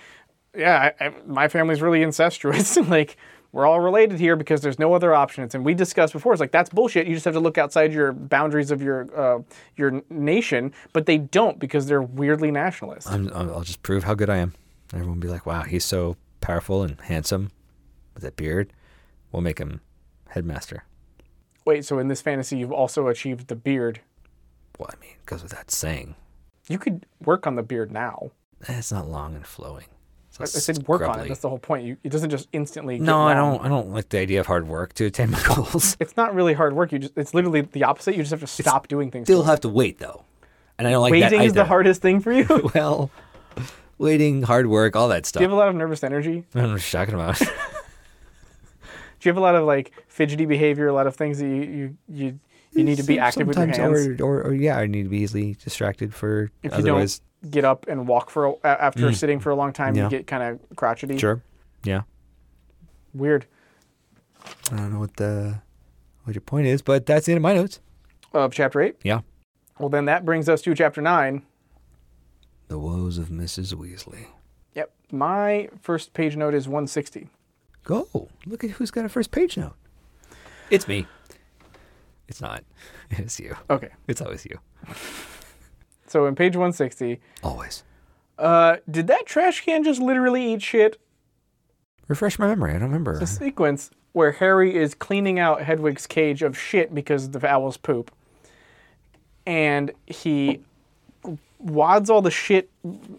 Speaker 1: yeah, I, I, my family's really incestuous. like we're all related here because there's no other options. And we discussed before. It's like that's bullshit. You just have to look outside your boundaries of your uh, your n- nation, but they don't because they're weirdly nationalist.
Speaker 2: I'm, I'm- I'll just prove how good I am. And everyone will be like, wow, he's so powerful and handsome with that beard. We'll make him headmaster.
Speaker 1: Wait, so in this fantasy, you've also achieved the beard.
Speaker 2: Well, I mean, it goes without saying.
Speaker 1: You could work on the beard now.
Speaker 2: Eh, It's not long and flowing. It's
Speaker 1: I
Speaker 2: not
Speaker 1: said work on it.
Speaker 2: scrubbly.
Speaker 1: That's the whole point. You, it doesn't just instantly. get
Speaker 2: No, I
Speaker 1: long.
Speaker 2: don't. I don't like the idea of hard work to attain my goals.
Speaker 1: It's not really hard work. You just, it's literally the opposite. You just have to stop doing things.
Speaker 2: Still have to wait though, and I don't like that
Speaker 1: Waiting is the
Speaker 2: either.
Speaker 1: hardest thing for you. Do you
Speaker 2: Well, waiting, hard work, all that stuff.
Speaker 1: have a lot of nervous energy?
Speaker 2: I don't know what you're talking about.
Speaker 1: Do you have a lot of like fidgety behavior? A lot of things that you you you, you need to be active with your hands.
Speaker 2: Sometimes, Or, or, or yeah, I need to be easily distracted for
Speaker 1: if you
Speaker 2: otherwise.
Speaker 1: don't get up and walk for a, a- after sitting for a long time,
Speaker 2: Mm. Yeah.
Speaker 1: you get kind of crotchety.
Speaker 2: Sure. Yeah.
Speaker 1: Weird.
Speaker 2: I don't know what the what your point is, but that's the end of my notes.
Speaker 1: Of chapter eight.
Speaker 2: Yeah.
Speaker 1: Well, then that brings us to chapter nine.
Speaker 2: The woes of Mrs. Weasley.
Speaker 1: Yep. My first page note is 160.
Speaker 2: Go look at who's got a first page note. It's me. It's not. It's you.
Speaker 1: Okay.
Speaker 2: It's always you.
Speaker 1: So in page 160,
Speaker 2: Always.
Speaker 1: uh, did that trash can just literally eat shit?
Speaker 2: Refresh my memory. I don't remember.
Speaker 1: The sequence where Harry is cleaning out Hedwig's cage of shit because of the owl's poop, and he wads all the shit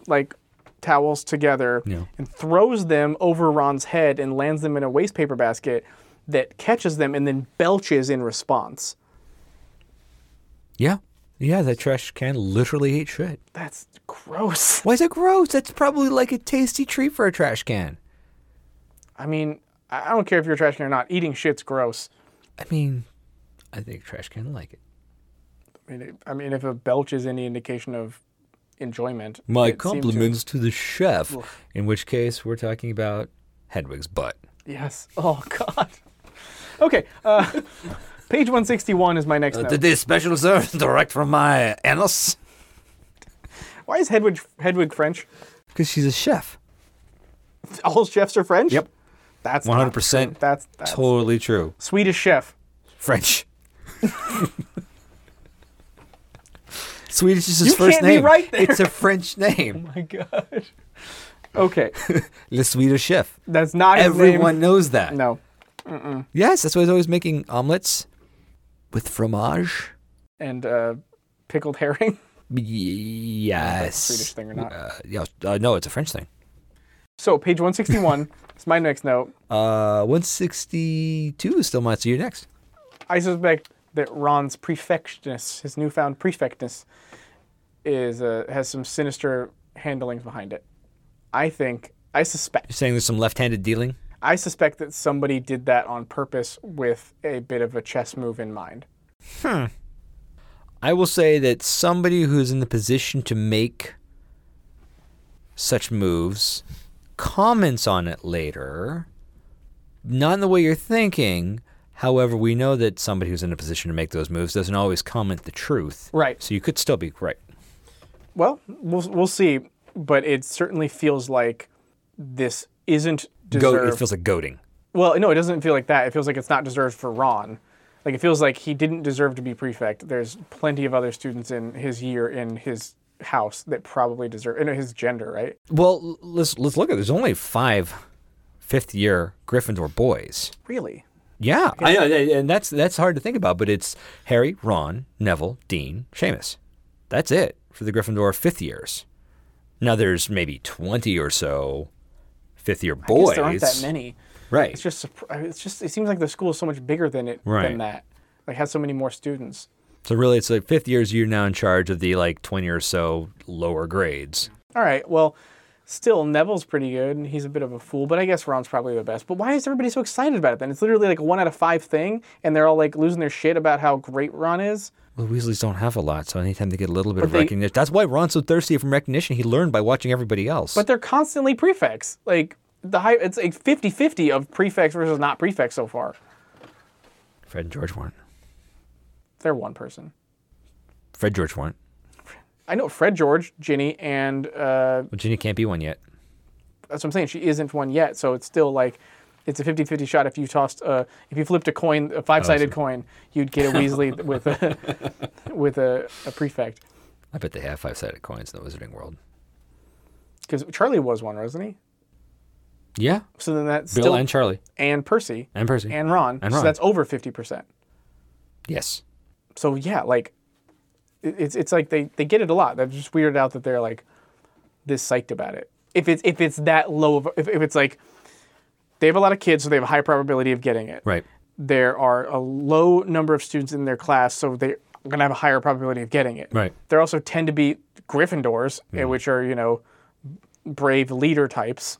Speaker 1: like towels together
Speaker 2: Yeah.
Speaker 1: and throws them over Ron's head and lands them in a waste paper basket that catches them and then belches in response.
Speaker 2: Yeah. Yeah, that trash can literally ate shit.
Speaker 1: That's gross.
Speaker 2: Why is it gross? That's probably like a tasty treat for a trash can.
Speaker 1: I mean, I I don't care if you're a trash can or not. Eating shit's gross.
Speaker 2: I mean, I think trash can like it.
Speaker 1: I mean, it- I mean, if a belch is any indication of enjoyment,
Speaker 2: My
Speaker 1: it seemed to-
Speaker 2: compliments to the chef. In which case, we're talking about Hedwig's butt.
Speaker 1: Yes. Oh God. Okay. Uh, page one sixty one is my next note.
Speaker 2: Today's special serve direct from my anus.
Speaker 1: Why is Hedwig Hedwig French?
Speaker 2: Because she's a chef.
Speaker 1: All chefs are French.
Speaker 2: Yep.
Speaker 1: That's not
Speaker 2: 100%
Speaker 1: true. That's, that's
Speaker 2: Totally true.
Speaker 1: Swedish chef.
Speaker 2: French. Swedish is his
Speaker 1: You
Speaker 2: first
Speaker 1: can't be
Speaker 2: name.
Speaker 1: right there.
Speaker 2: It's a French name.
Speaker 1: My God. Okay.
Speaker 2: Le Swedish chef.
Speaker 1: That's not his name.
Speaker 2: Everyone knows that.
Speaker 1: No.
Speaker 2: Yes, that's why he's always making omelets with fromage.
Speaker 1: And uh, pickled herring.
Speaker 2: Y- Yes.
Speaker 1: Swedish thing or not.
Speaker 2: Uh, yeah, uh, no, it's a French thing.
Speaker 1: So page one sixty one is my next note.
Speaker 2: Uh, 162 is still mine, so you're next.
Speaker 1: I suspect that Ron's prefectness, his newfound prefectness, is uh, has some sinister handlings behind it. I think. I suspect.
Speaker 2: You're saying there's some left-handed dealing?
Speaker 1: I suspect that somebody did that on purpose with a bit of a chess move in mind.
Speaker 2: I will say that somebody who's in the position to make such moves comments on it later, not in the way you're thinking. However, we know that somebody who's in a position to make those moves doesn't always comment the truth.
Speaker 1: Right.
Speaker 2: So you could still be right.
Speaker 1: Well, we'll, we'll see, but it certainly feels like this isn't
Speaker 2: Go,
Speaker 1: deserved.
Speaker 2: it feels like goading.
Speaker 1: well, no, it doesn't feel like that. It feels like it's not deserved for Ron. Like it feels like he didn't deserve to be prefect. There's plenty of other students in his year in his house that probably deserve in his gender, right?
Speaker 2: Well, l- let's let's look at. There's only five fifth year Gryffindor boys.
Speaker 1: Really?
Speaker 2: Yeah, I know, and- and that's that's hard to think about, but it's Harry, Ron, Neville, Dean, Seamus. That's it for the Gryffindor fifth years. Now there's maybe twenty or so fifth year
Speaker 1: I
Speaker 2: boys.
Speaker 1: guess there aren't that many.
Speaker 2: Right.
Speaker 1: It's just surpr- I mean, it's just it seems like the school is so much bigger than it
Speaker 2: Right.
Speaker 1: than that. Like has so many more students.
Speaker 2: so really, it's like fifth years. You're now in charge of the like twenty or so lower grades.
Speaker 1: All right. Well, still Neville's pretty good, and he's a bit of a fool, but I guess Ron's probably the best. But why is everybody so excited about it then? It's literally like a one out of five thing, and they're all like losing their shit about how great Ron is.
Speaker 2: Well, the Weasleys don't have a lot, so anytime they get a little bit of
Speaker 1: they-
Speaker 2: recognition, that's why Ron's so thirsty from recognition. He learned by watching everybody else.
Speaker 1: But they're constantly prefects. Like the high, it's like 50-50 of prefects versus not prefects so far.
Speaker 2: Fred and George weren't.
Speaker 1: They're one person.
Speaker 2: Fred George weren't.
Speaker 1: I know Fred George, Ginny, and uh,
Speaker 2: Virginia can't be one yet.
Speaker 1: that's what I'm saying. She isn't one yet, so it's still like it's a 50-50 shot. If you tossed, uh, if you flipped a coin, a
Speaker 2: Oh,
Speaker 1: five-sided coin, you'd get a Weasley with a with a, a prefect.
Speaker 2: I bet they have five sided coins in the Wizarding World.
Speaker 1: Because Charlie was one, wasn't he?
Speaker 2: Yeah.
Speaker 1: So then that's
Speaker 2: Bill
Speaker 1: still
Speaker 2: and Charlie.
Speaker 1: and Percy
Speaker 2: And Percy.
Speaker 1: and Ron.
Speaker 2: And
Speaker 1: So
Speaker 2: Ron.
Speaker 1: that's over 50 percent.
Speaker 2: yes.
Speaker 1: so yeah, like it- it's it's like they, they get it a lot. I'm just weirded out that they're like this psyched about it. If it's if it's that low of if, if it's like they have a lot of kids, so they have a high probability of getting it.
Speaker 2: Right.
Speaker 1: There are a low number of students in their class, so they're gonna have a higher probability of getting it.
Speaker 2: Right. Mm.
Speaker 1: There also tend to be Gryffindors, eh, which are you know brave leader types.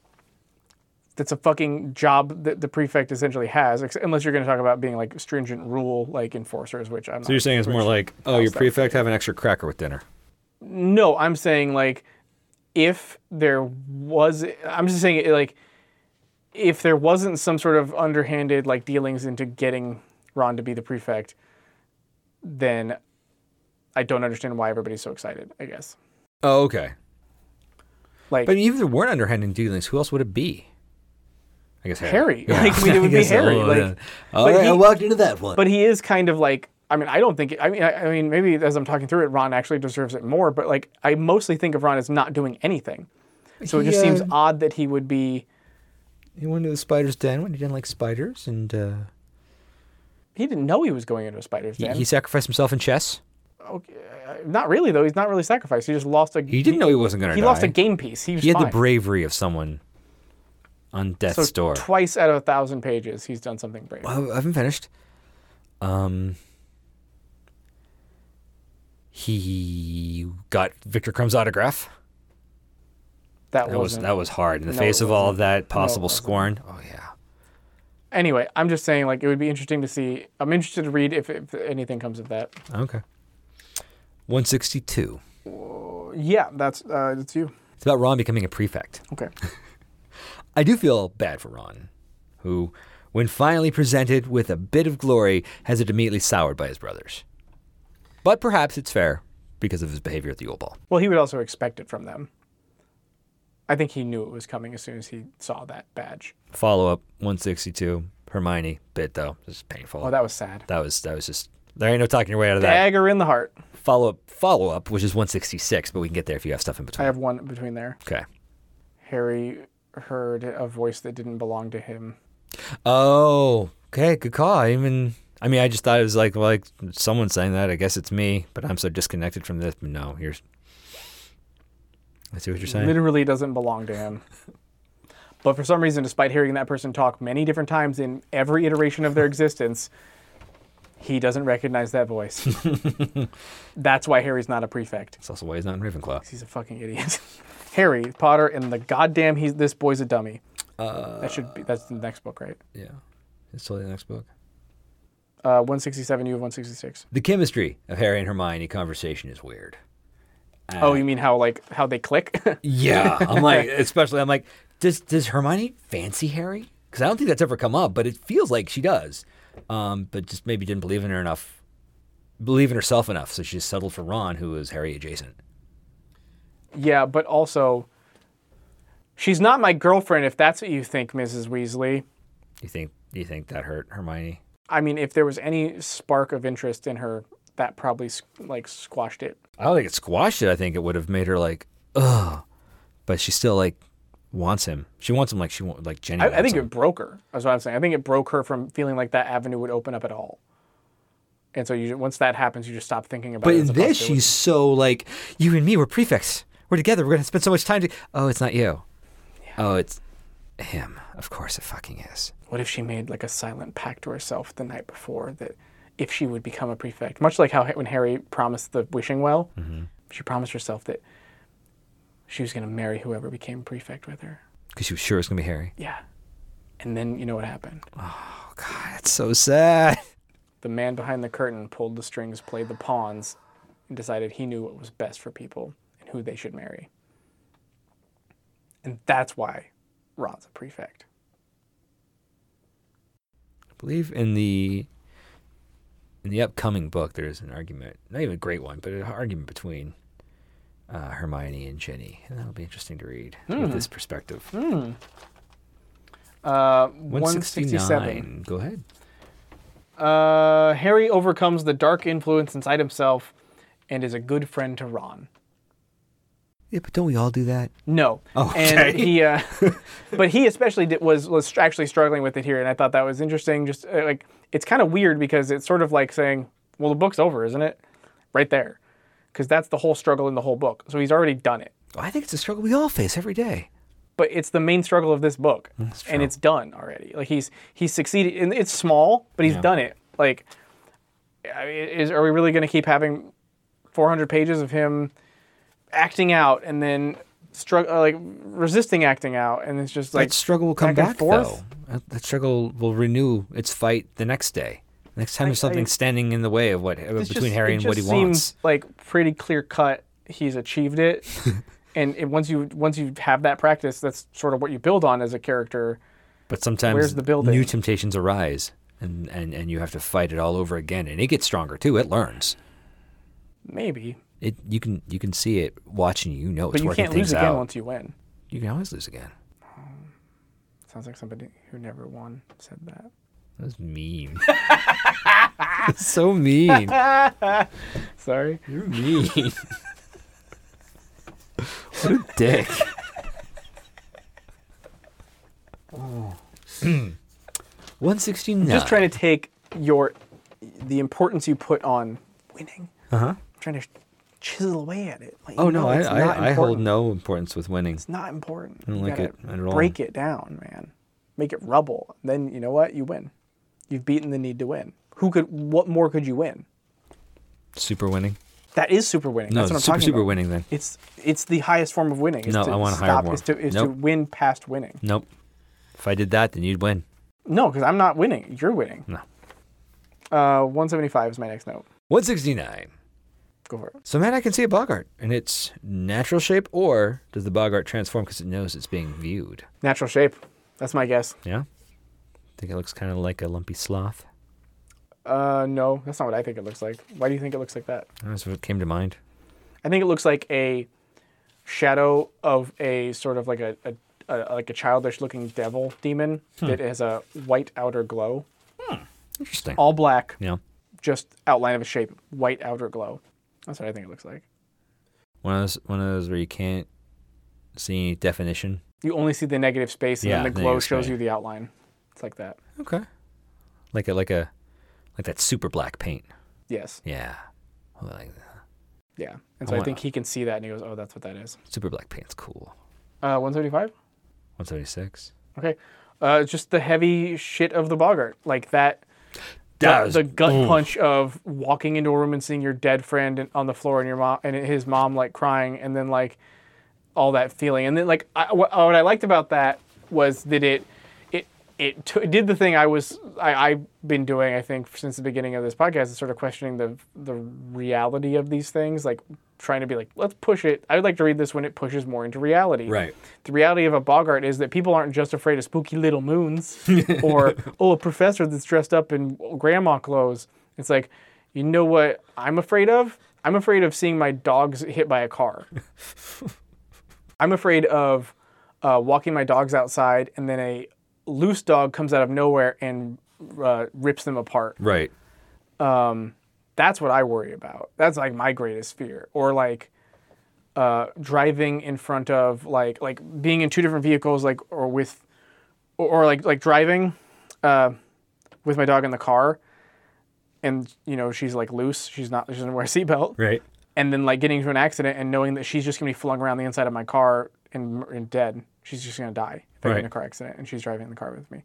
Speaker 1: That's a fucking job that the prefect essentially has, ex- unless you're going to talk about being like stringent rule like enforcers, which I'm.
Speaker 2: So you're saying it's more like, oh, your prefect have an extra cracker with dinner.
Speaker 1: No, I'm saying like if there was I'm just saying like if there wasn't some sort of underhanded like dealings into getting Ron to be the prefect, then I don't understand why everybody's so excited, I guess.
Speaker 2: Oh, okay.
Speaker 1: Like
Speaker 2: But even if there weren't underhanded dealings, who else would it be? I guess Harry.
Speaker 1: Harry. Like I mean, it would
Speaker 2: I
Speaker 1: be
Speaker 2: guess so.
Speaker 1: Harry.
Speaker 2: Oh,
Speaker 1: like
Speaker 2: yeah. All
Speaker 1: but
Speaker 2: right,
Speaker 1: he-
Speaker 2: I walked into that one.
Speaker 1: but he is kind of like I mean, I don't think I mean I, I mean maybe as I'm talking through it, Ron actually deserves it more, but like I mostly think of Ron as not doing anything. So it just
Speaker 2: He,
Speaker 1: seems
Speaker 2: uh,
Speaker 1: odd that he would be
Speaker 2: he went to the spider's den when he didn't like spiders, and uh,
Speaker 1: he didn't know he was going into a spider's
Speaker 2: he,
Speaker 1: den.
Speaker 2: he sacrificed himself in chess.
Speaker 1: uh, Not really though. He's not really sacrificed. He just lost a.
Speaker 2: He didn't know he wasn't going to
Speaker 1: He
Speaker 2: die.
Speaker 1: lost a game piece. He was
Speaker 2: He had the
Speaker 1: fine.
Speaker 2: bravery of someone on death's
Speaker 1: so
Speaker 2: door.
Speaker 1: twice out of a thousand pages, he's done something brave.
Speaker 2: I haven't finished. Um, he got Victor Crumb's autograph.
Speaker 1: That,
Speaker 2: That was
Speaker 1: wasn't.
Speaker 2: that was hard in the
Speaker 1: No,
Speaker 2: face
Speaker 1: it
Speaker 2: of all
Speaker 1: wasn't.
Speaker 2: that possible
Speaker 1: wasn't.
Speaker 2: scorn. Oh yeah,
Speaker 1: Anyway, I'm just saying, like, it would be interesting to see. I'm interested to read if, if anything comes of that.
Speaker 2: okay. One sixty two.
Speaker 1: Yeah, that's uh, that's you.
Speaker 2: It's about Ron becoming a prefect.
Speaker 1: Okay.
Speaker 2: I do feel bad for Ron, who, when finally presented with a bit of glory, has it immediately soured by his brothers. But perhaps it's fair because of his behavior at the Yule Ball.
Speaker 1: Well, he would also expect it from them. I think he knew it was coming as soon as he saw that badge.
Speaker 2: Follow up one sixty two. Hermione bit though. This is painful.
Speaker 1: Oh, that was sad.
Speaker 2: That was that was just there ain't no talking your way out of that.
Speaker 1: Dagger in the heart.
Speaker 2: Follow up follow up, which is one sixty six, but we can get there if you have stuff in
Speaker 1: I
Speaker 2: between.
Speaker 1: have one between there.
Speaker 2: Okay.
Speaker 1: Harry heard a voice that didn't belong to him.
Speaker 2: Oh, okay, good call. I even I mean I just thought it was like like someone saying that, I guess it's me, but I'm so disconnected from this. But no, here's I see what you're saying.
Speaker 1: literally doesn't belong to him. But for some reason, despite hearing that person talk many different times in every iteration of their existence, he doesn't recognize that voice. That's why Harry's not a prefect.
Speaker 2: It's also why he's not in Ravenclaw.
Speaker 1: He's a fucking idiot. Harry Potter and the goddamn he's this boy's a dummy. that should be that's the next book, right?
Speaker 2: Yeah. It's totally the next book.
Speaker 1: Uh, 167, you have 166.
Speaker 2: The chemistry of Harry and Hermione conversation is weird.
Speaker 1: oh, you mean how like how they click?
Speaker 2: Yeah, I'm like, especially I'm like, does does Hermione fancy Harry? Because I don't think that's ever come up, but it feels like she does. Um, but just maybe didn't believe in her enough, believe in herself enough, so she just settled for Ron, who is Harry adjacent.
Speaker 1: yeah, but also, she's not my girlfriend if that's what you think, Mrs. Weasley.
Speaker 2: You think you think that hurt Hermione?
Speaker 1: I mean, if there was any spark of interest in her, that probably s- like squashed it.
Speaker 2: I don't think it squashed it. I think it would have made her like, ugh. But she still like wants him. She wants him like she wants like Jenny.
Speaker 1: I,
Speaker 2: wants
Speaker 1: I think
Speaker 2: him.
Speaker 1: it broke her. That's what I'm saying. I think it broke her from feeling like that avenue would open up at all. And so you, once that happens, you just stop thinking about
Speaker 2: But
Speaker 1: it.
Speaker 2: in
Speaker 1: as a
Speaker 2: this,
Speaker 1: possibility.
Speaker 2: she's so like, you and me, we're prefects. We're together. We're going to spend so much time to. Oh, it's not you. Oh, it's him. Of course it fucking is.
Speaker 1: What if she made like a silent pact to herself the night before that if she would become a prefect, much like how Ha- when Harry promised the wishing well,
Speaker 2: Mm-hmm.
Speaker 1: she promised herself that she was going to marry whoever became prefect with her.
Speaker 2: Because she was sure it was going to be Harry.
Speaker 1: Yeah. And then you know what happened?
Speaker 2: Oh, God, that's so sad.
Speaker 1: The man behind the curtain pulled the strings, played the pawns, and decided he knew what was best for people and who they should marry. And that's why Ron's a prefect.
Speaker 2: I believe in the in the upcoming book, there's an argument, not even a great one, but an argument between uh, Hermione and Ginny. And that'll be interesting to read with this perspective.
Speaker 1: Uh, 167.
Speaker 2: 169. Go ahead.
Speaker 1: Uh, Harry overcomes the dark influence inside himself and is a good friend to Ron.
Speaker 2: Yeah, but don't we all do that?
Speaker 1: No.
Speaker 2: Okay.
Speaker 1: And he, uh, but he especially did, was was actually struggling with it here, and I thought that was interesting. Just uh, like it's kind of weird because it's sort of like saying, "Well, the book's over, isn't it?" Right there, because that's the whole struggle in the whole book. So he's already done it,
Speaker 2: I think it's a struggle we all face every day.
Speaker 1: but it's the main struggle of this book, and
Speaker 2: Mm, true.
Speaker 1: it's done already. Like he's he's succeeded, and it's small, but he's done it. Like, I mean, is are we really going to keep having 400 pages of him acting out and then? Struggle like resisting acting out, and it's just like
Speaker 2: that struggle will come
Speaker 1: back and
Speaker 2: back,
Speaker 1: forth?
Speaker 2: though. That- That struggle will renew its fight the next day. Next time there's something standing in the way of what between
Speaker 1: It's just-
Speaker 2: Harry
Speaker 1: it
Speaker 2: and what he
Speaker 1: just
Speaker 2: wants.
Speaker 1: seems like pretty clear cut. He's achieved it, and it, once you once you have that practice, that's sort of what you build on as a character.
Speaker 2: But sometimes
Speaker 1: Where's the building?
Speaker 2: new temptations arise, and, and, and you have to fight it all over again. And it gets stronger too. It learns.
Speaker 1: Maybe,
Speaker 2: It you can you can see it watching you. You know it's
Speaker 1: but you
Speaker 2: working
Speaker 1: can't
Speaker 2: things
Speaker 1: lose again
Speaker 2: out.
Speaker 1: once you win.
Speaker 2: You can always lose again.
Speaker 1: Sounds like somebody who never won said that.
Speaker 2: That was mean. That's so mean.
Speaker 1: Sorry.
Speaker 2: You're mean. what a dick. One sixty nine.
Speaker 1: Just trying to take your the importance you put on winning.
Speaker 2: Uh huh.
Speaker 1: I'm trying to chisel away at it. Like,
Speaker 2: Oh
Speaker 1: you
Speaker 2: no,
Speaker 1: know,
Speaker 2: I,
Speaker 1: it's not
Speaker 2: I, I
Speaker 1: important.
Speaker 2: hold no importance with winning.
Speaker 1: It's not important.
Speaker 2: don't
Speaker 1: You
Speaker 2: like
Speaker 1: gotta
Speaker 2: it at all.
Speaker 1: Break it down, man. Make it rubble. Then you know what? You win. You've beaten the need to win. Who could? What more could you win?
Speaker 2: Super winning.
Speaker 1: That is super winning.
Speaker 2: No,
Speaker 1: That's what I'm
Speaker 2: super
Speaker 1: talking
Speaker 2: super
Speaker 1: about.
Speaker 2: winning then.
Speaker 1: It's it's the highest form of winning. is
Speaker 2: No,
Speaker 1: to
Speaker 2: I want a higher
Speaker 1: stop-
Speaker 2: form.
Speaker 1: Is to is to
Speaker 2: Nope.
Speaker 1: win past winning.
Speaker 2: Nope. If I did that, then you'd win.
Speaker 1: No, because I'm not winning. You're winning.
Speaker 2: No.
Speaker 1: Uh, 175 is my next note.
Speaker 2: One sixty nine.
Speaker 1: Go for it.
Speaker 2: So man, I can see a bog art in its natural shape, or does the bog art transform because it knows it's being viewed?
Speaker 1: Natural shape. That's my guess.
Speaker 2: Yeah. think it looks kind of like a lumpy sloth.
Speaker 1: Uh, no, that's not what I think it looks like. Why do you think it looks like that?
Speaker 2: I don't know if it came to mind.
Speaker 1: I think it looks like a shadow of a sort of like a, a, a like a childish looking devil demon
Speaker 2: Hmm.
Speaker 1: that has a white outer glow,
Speaker 2: Interesting.
Speaker 1: all black,
Speaker 2: Yeah.
Speaker 1: just outline of a shape, white outer glow. That's what I think it looks like.
Speaker 2: One of those one of those where you can't see any definition.
Speaker 1: You only see the negative space, and
Speaker 2: Yeah,
Speaker 1: then the glow
Speaker 2: negative
Speaker 1: shows
Speaker 2: space.
Speaker 1: you the outline. It's like that.
Speaker 2: Okay. Like a like a like that super black paint.
Speaker 1: Yes.
Speaker 2: Yeah. I like that.
Speaker 1: Yeah. And so I,
Speaker 2: wanna-
Speaker 1: think he can see that, and he goes, "Oh, that's what that is."
Speaker 2: Super black paint's cool.
Speaker 1: Uh, 175.
Speaker 2: One seventy six.
Speaker 1: Okay. Uh, just the heavy shit of the boggart, like that. gut- the gut punch of walking into a room and seeing your dead friend and- on the floor and your mom and his mom like crying and then like all that feeling and then like I, what, uh, what I liked about that was that it it it, t- it did the thing I was I, I've been doing I think since the beginning of this podcast is sort of questioning the the reality of these things like trying to be like let's push it I would like to read this when it pushes more into reality
Speaker 2: Right.
Speaker 1: the reality of a Bogart is that people aren't just afraid of spooky little moons or, oh, a professor that's dressed up in grandma clothes. It's like, you know what I'm afraid of? I'm afraid of seeing my dogs hit by a car. I'm afraid of uh, walking my dogs outside and then a loose dog comes out of nowhere and uh, rips them apart.
Speaker 2: Right.
Speaker 1: That's what I worry about. That's like my greatest fear. Or like, uh, driving in front of like like being in two different vehicles like or with or, or, like like driving uh, with my dog in the car and you know she's like loose she's not she doesn't wear a seatbelt
Speaker 2: Right.
Speaker 1: and then like getting into an accident and knowing that she's just gonna be flung around the inside of my car and, and dead she's just gonna die if I get in a
Speaker 2: Right.
Speaker 1: car accident and she's driving in the car with me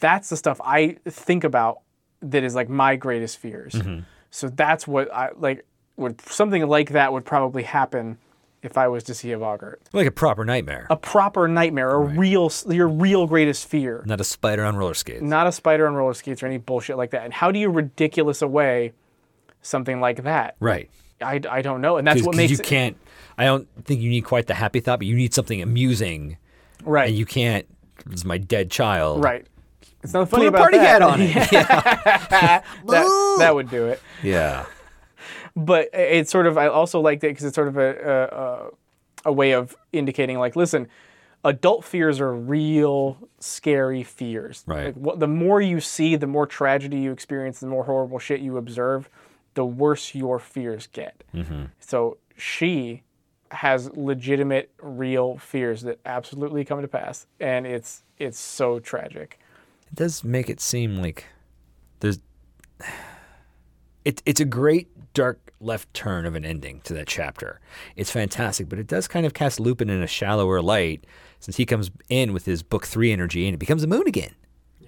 Speaker 1: that's the stuff I think about that is like my greatest fears.
Speaker 2: Mm-hmm.
Speaker 1: So that's what I like. Would something like that would probably happen if I was to see a Bogart?
Speaker 2: Like a proper nightmare.
Speaker 1: A proper nightmare, a real s- your real greatest fear,
Speaker 2: Not a spider on roller skates.
Speaker 1: not a spider on roller skates or any bullshit like that. And how do you ridiculous away something like that?
Speaker 2: Right.
Speaker 1: I, I don't know, and that's what
Speaker 2: Because
Speaker 1: makes
Speaker 2: you
Speaker 1: it-
Speaker 2: can't I don't think you need quite the happy thought, but you need something amusing.
Speaker 1: right
Speaker 2: And you can't it's my dead child.
Speaker 1: right It's not funny
Speaker 2: Put a
Speaker 1: about
Speaker 2: party
Speaker 1: that.
Speaker 2: hat on it.
Speaker 1: that, that would do it.
Speaker 2: yeah.
Speaker 1: But it- it's sort of I also liked it because it's sort of a, a a way of indicating like, listen, adult fears are real scary fears.
Speaker 2: Right.
Speaker 1: Like, what, the more you see, the more tragedy you experience, the more horrible shit you observe, the worse your fears get.
Speaker 2: Mm-hmm.
Speaker 1: So she has legitimate, real fears that absolutely come to pass, and it's it's so tragic.
Speaker 2: It does make it seem like there's it, it's a great dark left turn of an ending to that chapter. It's fantastic, but it does kind of cast Lupin in a shallower light since he comes in with his book three energy and it becomes a moon again.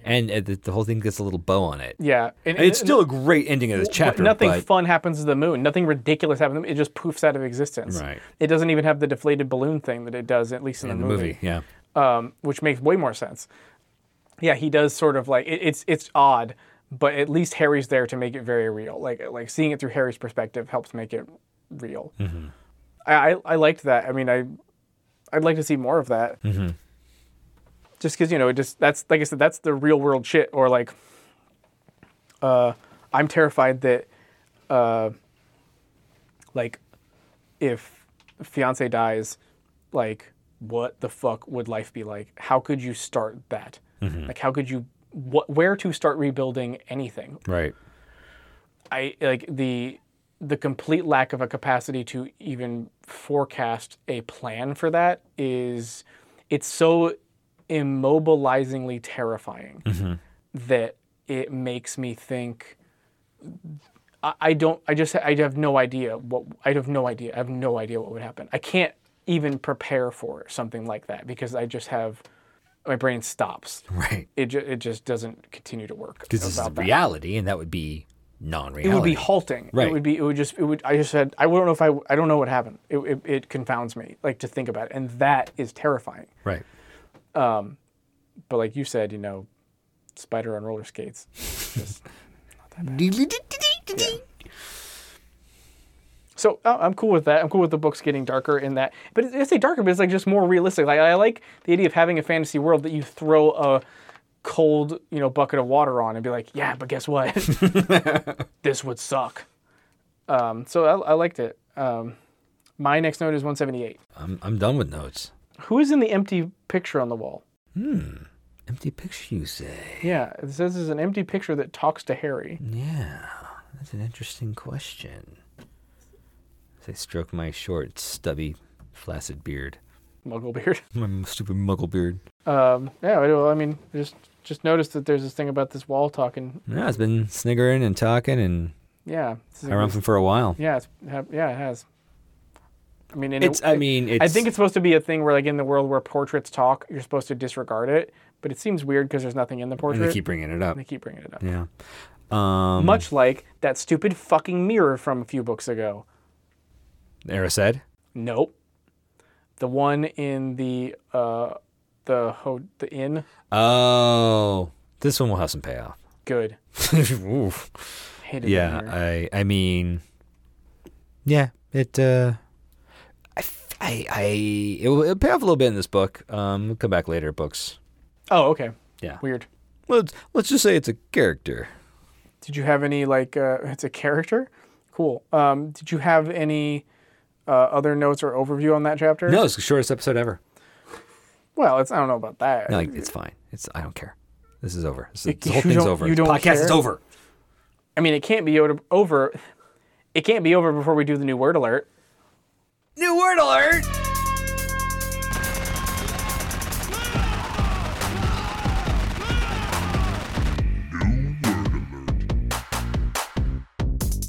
Speaker 2: And uh, the, the whole thing gets a little bow on it.
Speaker 1: Yeah, and,
Speaker 2: And it's
Speaker 1: and-
Speaker 2: still a great ending of this chapter.
Speaker 1: nothing
Speaker 2: but-
Speaker 1: fun happens to the moon. Nothing ridiculous happens. to the moon. It just poofs out of existence.
Speaker 2: Right.
Speaker 1: It doesn't even have the deflated balloon thing that it does, at least in,
Speaker 2: in
Speaker 1: the, movie,
Speaker 2: Yeah.
Speaker 1: Um, which makes way more sense. Yeah, he does sort of like it, it's it's odd, but at least Harry's there to make it very real. Like like seeing it through Harry's perspective helps make it real. I, I I liked that. I mean, I I'd like to see more of that. Just because you know, it just that's like I said, that's the real world shit. Or like, uh, I'm terrified that, uh, like, if fiance dies, like, what the fuck would life be like? How could you start that? Like, how could you? What? Where to start rebuilding anything?
Speaker 2: Right.
Speaker 1: I like the the complete lack of a capacity to even forecast a plan for that is it's so immobilizingly terrifying
Speaker 2: Mm-hmm.
Speaker 1: that it makes me think I, I don't I just I have no idea what I have no idea I have no idea what would happen I can't even prepare for something like that because I just have my brain stops
Speaker 2: Right.
Speaker 1: it ju- it just doesn't continue to work
Speaker 2: Because this is
Speaker 1: about that.
Speaker 2: reality, and that would be non-reality.
Speaker 1: It would be halting.
Speaker 2: Right.
Speaker 1: It would be. It would just. It would. I just said. I don't know if I. I don't know what happened. It, it, it confounds me. Like to think about, it. and that is terrifying.
Speaker 2: right.
Speaker 1: But like you said, you know, spider on roller skates. So I- I'm cool with that. I'm cool with the books getting darker in that. But it's- I say darker, but it's like just more realistic. Like I like the idea of having a fantasy world that you throw a cold, you know, bucket of water on and be like, yeah, but guess what? this would suck. Um, so I, I liked it. Um, my next note is 178.
Speaker 2: I'm I'm done with notes.
Speaker 1: Who is in the empty picture on the wall?
Speaker 2: Empty picture, you say?
Speaker 1: Yeah, it says there's an empty picture that talks to Harry.
Speaker 2: Yeah, that's an interesting question. As I stroke my short, stubby, flaccid beard,
Speaker 1: Mugglebeard.
Speaker 2: my m- stupid muggle beard.
Speaker 1: Um, yeah, I, do- I mean, just just noticed that there's this thing about this wall talking.
Speaker 2: Yeah, it's been sniggering and talking and
Speaker 1: Yeah, it's-
Speaker 2: harumphing for a while.
Speaker 1: Yeah, it's, ha- yeah, it has. I mean, and it-
Speaker 2: It's. I mean, it's.
Speaker 1: I think it's supposed to be a thing where, like, in the world where portraits talk, you're supposed to disregard it. But it seems weird because there's nothing in the
Speaker 2: And
Speaker 1: portrait.
Speaker 2: they keep bringing it up.
Speaker 1: They keep bringing it up.
Speaker 2: Yeah. Um.
Speaker 1: Much like that stupid fucking mirror from a few books ago.
Speaker 2: Era said.
Speaker 1: Nope. The one in the uh, the ho- the inn.
Speaker 2: Oh, this one will have some payoff.
Speaker 1: Good.
Speaker 2: Oof.
Speaker 1: Hated
Speaker 2: Yeah,
Speaker 1: that mirror.
Speaker 2: I I mean, yeah, it. Uh, I f- I, I it will it'll pay off a little bit in this book. Um, we'll come back later. Books.
Speaker 1: oh, okay.
Speaker 2: Yeah.
Speaker 1: Weird.
Speaker 2: Let's let's just say it's a character.
Speaker 1: Did you have any like? Uh, it's a character. Cool. Um, did you have any uh, other notes or overview on that chapter?
Speaker 2: No, it's the shortest episode ever.
Speaker 1: Well, it's I don't know about that.
Speaker 2: No, like, it's fine. It's I don't care. This is over. This is,
Speaker 1: It-
Speaker 2: the whole
Speaker 1: you
Speaker 2: thing's
Speaker 1: don't-
Speaker 2: over.
Speaker 1: you don't
Speaker 2: podcast is
Speaker 1: care?
Speaker 2: over.
Speaker 1: I mean, it can't be o- over. It can't be over before we do the new word alert.
Speaker 2: New word alert.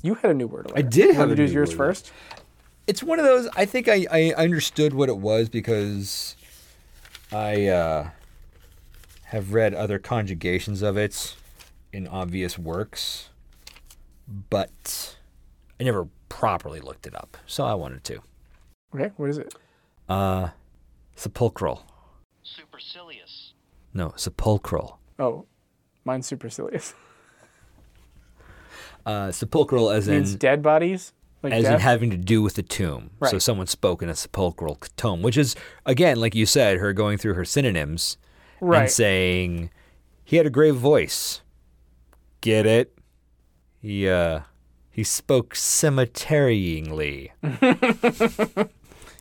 Speaker 1: You had a new word alert. I
Speaker 2: did have a
Speaker 1: to do
Speaker 2: new
Speaker 1: yours
Speaker 2: word alert.
Speaker 1: first.
Speaker 2: It's one of those. I think I I understood what it was because I uh, have read other conjugations of it in obvious works, but I never properly looked it up. So I wanted to.
Speaker 1: Okay, what is it?
Speaker 2: Uh, sepulchral.
Speaker 3: supercilious,
Speaker 2: No, sepulchral.
Speaker 1: Oh, mine's supercilious.
Speaker 2: Uh, sepulchral as in
Speaker 1: means dead bodies, like
Speaker 2: as in
Speaker 1: death.
Speaker 2: having to do with the tomb. So
Speaker 1: Right.
Speaker 2: someone spoke in a sepulchral c- tomb, which is again, like you said, her going through her synonyms
Speaker 1: Right.
Speaker 2: and saying He had a grave voice. Get it? He uh he spoke cemeteryingly.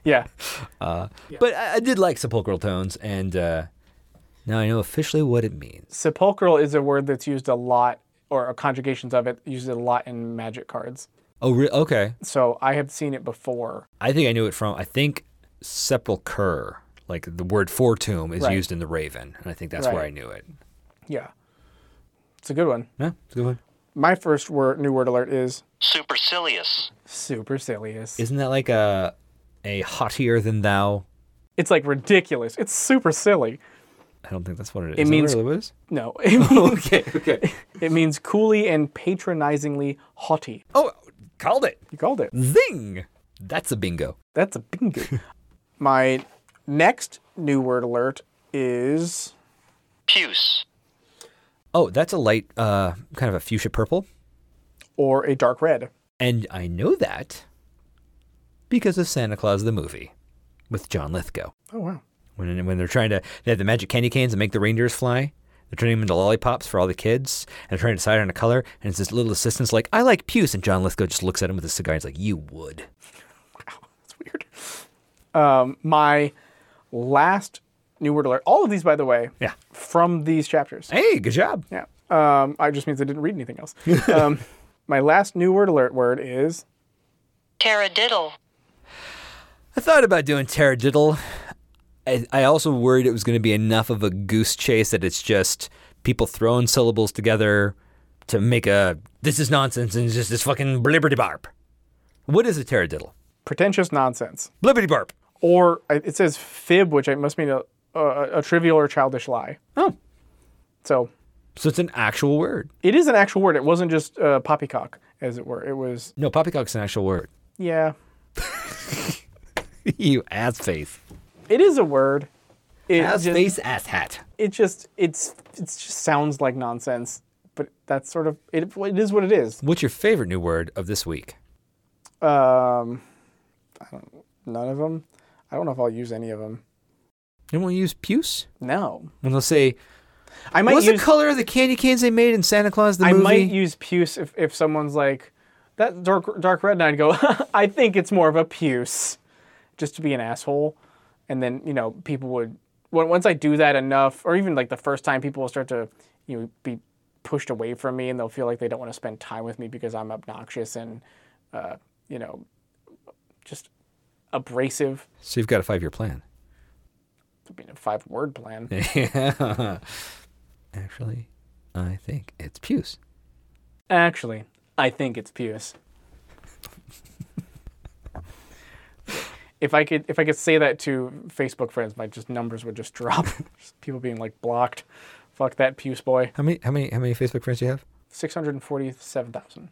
Speaker 1: Yeah.
Speaker 2: But I, I did like sepulchral tones and uh now I know officially what it means.
Speaker 1: Sepulchral is a word that's used a lot, or conjugations of it used a lot in magic cards.
Speaker 2: Oh, re- okay.
Speaker 1: So I have seen it before.
Speaker 2: I think I knew it from I think sepulcher, like the word for tomb is
Speaker 1: Right.
Speaker 2: used in the Raven, and I think that's where
Speaker 1: Right.
Speaker 2: I knew it.
Speaker 1: Yeah. It's a good one.
Speaker 2: Yeah, it's a good one.
Speaker 1: My first word, new word alert is
Speaker 3: supercilious,
Speaker 1: supercilious.
Speaker 2: Isn't that like a a haughtier than thou?
Speaker 1: It's like ridiculous. It's super silly.
Speaker 2: I don't think that's what it is.
Speaker 1: It
Speaker 2: Is that
Speaker 1: means-
Speaker 2: what it was?
Speaker 1: No, it means,
Speaker 2: Okay, okay.
Speaker 1: it means coolly and patronizingly haughty.
Speaker 2: Oh, called it.
Speaker 1: You called it.
Speaker 2: Zing! That's a bingo.
Speaker 1: That's a bingo. My next new word alert is
Speaker 3: puce,
Speaker 2: Oh, that's a light, uh, kind of a fuchsia purple.
Speaker 1: or a dark red.
Speaker 2: And I know that because of Santa Claus the movie with John Lithgow.
Speaker 1: Oh wow.
Speaker 2: When, when they're trying to, they have the magic candy canes that make the reindeers fly. They're turning them into lollipops for all the kids and they're trying to decide on a color. And it's this little assistant's like, I like puce. And John Lithgow just looks at him with a cigar and he's like, You would.
Speaker 1: That's weird. Um, my last new word alert. All of these, by the way,
Speaker 2: Yeah.
Speaker 1: from these chapters.
Speaker 2: Hey, good job.
Speaker 1: Yeah. Um, I just means I didn't read anything else. um, my last new word alert word is
Speaker 3: teradiddle,
Speaker 2: I thought about doing Teradiddle. I, I also worried it was going to be enough of a goose chase that it's just people throwing syllables together to make a this is nonsense and it's just this fucking blibberty barp. What is a teradiddle?
Speaker 1: pretentious nonsense.
Speaker 2: Blibberty barp.
Speaker 1: Or I- it says fib, which it must mean a, a, a trivial or childish lie.
Speaker 2: Oh,
Speaker 1: So
Speaker 2: so it's an actual word.
Speaker 1: it is an actual word. It wasn't just uh, poppycock, as it were. It was
Speaker 2: No, poppycock's an actual word.
Speaker 1: yeah.
Speaker 2: you ass face.
Speaker 1: It is a word. It
Speaker 2: Ass
Speaker 1: just,
Speaker 2: face, ass hat.
Speaker 1: it just it's it just sounds like nonsense, but that's sort of it. It is what it is.
Speaker 2: What's your favorite new word of this week?
Speaker 1: Um, I don't, none of them. I don't know if I'll use any of them.
Speaker 2: Anyone use puce?
Speaker 1: No,
Speaker 2: When they'll say,
Speaker 1: I might
Speaker 2: "What's
Speaker 1: use.
Speaker 2: the color of the candy canes they made in Santa Claus the
Speaker 1: I
Speaker 2: movie?"
Speaker 1: might use puce if, if someone's like that dark dark red, and I'd go. I think it's more of a puce, just to be an asshole, and then you know people would. on- Once I do that enough, or even like the first time, people will start to you know be pushed away from me, and they'll feel like they don't want to spend time with me because I'm obnoxious and uh, you know just abrasive.
Speaker 2: so you've got a five-year plan.
Speaker 1: I mean, a five word plan.
Speaker 2: Actually, I think it's puce.
Speaker 1: Actually, I think it's puce. if I could, if I could say that to Facebook friends, my just numbers would just drop. Just people being like blocked. Fuck that puce boy.
Speaker 2: How many how many how many Facebook friends do you have?
Speaker 1: Six hundred forty-seven thousand.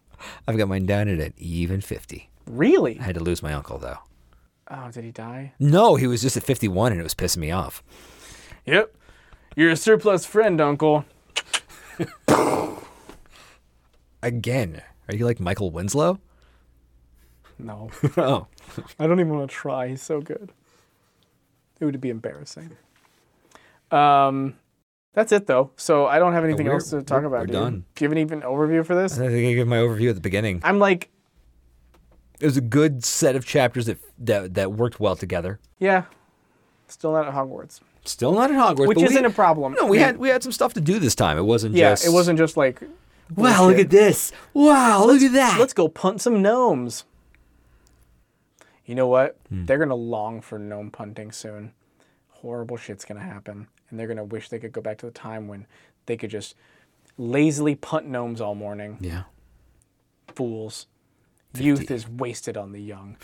Speaker 2: I've got mine down at an even fifty.
Speaker 1: Really?
Speaker 2: I had to lose my uncle though.
Speaker 1: Oh, did he die?
Speaker 2: No, he was just at fifty one and it was pissing me off.
Speaker 1: Yep. You're a surplus friend, Uncle.
Speaker 2: Again. Are you like Michael Winslow?
Speaker 1: No,
Speaker 2: oh.
Speaker 1: I don't even want to try. He's so good. It would be embarrassing. Um, that's it though. So I don't have anything
Speaker 2: we're-
Speaker 1: else to talk
Speaker 2: we're-
Speaker 1: about.
Speaker 2: we're
Speaker 1: dude.
Speaker 2: done.
Speaker 1: Do you have an even overview for
Speaker 2: I
Speaker 1: this?
Speaker 2: think I gave my overview at the beginning.
Speaker 1: I'm like
Speaker 2: It was a good set of chapters that that, that worked well together.
Speaker 1: Yeah. Still not at Hogwarts.
Speaker 2: Still not at Hogwarts.
Speaker 1: Which
Speaker 2: but we-
Speaker 1: isn't a problem.
Speaker 2: No, we had we had some stuff to do this time. It wasn't
Speaker 1: Yeah,
Speaker 2: just
Speaker 1: it wasn't just like
Speaker 2: Wow, look
Speaker 1: bullshit.
Speaker 2: at this. Wow, look at that.
Speaker 1: let's go punt some gnomes. You know what?
Speaker 2: Hmm.
Speaker 1: They're gonna long for gnome punting soon. Horrible shit's gonna happen. And they're gonna wish they could go back to the time when they could just lazily punt gnomes all morning.
Speaker 2: yeah.
Speaker 1: Fools. Youth is wasted on the young.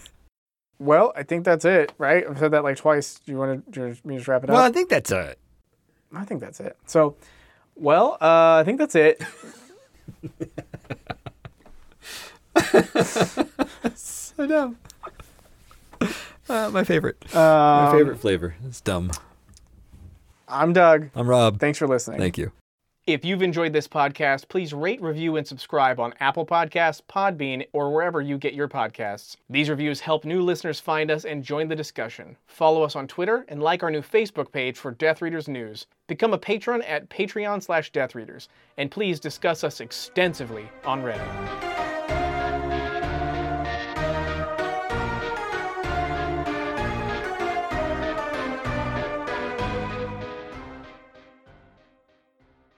Speaker 1: well, I think that's it, right? I've said that like twice. Do you want to me to just wrap it
Speaker 2: Well,
Speaker 1: up?
Speaker 2: I think that's a
Speaker 1: I think that's it. So, well, uh, I think that's it.
Speaker 2: so dumb. Uh, my favorite.
Speaker 1: Um,
Speaker 2: my favorite flavor. It's dumb.
Speaker 1: I'm Doug.
Speaker 2: I'm Rob.
Speaker 1: Thanks for listening.
Speaker 2: Thank you.
Speaker 1: If you've enjoyed this podcast, please rate, review, and subscribe on Apple Podcasts, Podbean, or wherever you get your podcasts. These reviews help new listeners find us and join the discussion. Follow us on Twitter and like our new Facebook page for Death Readers News. Become a patron at patreon slash deathreaders, and please discuss us extensively on Reddit.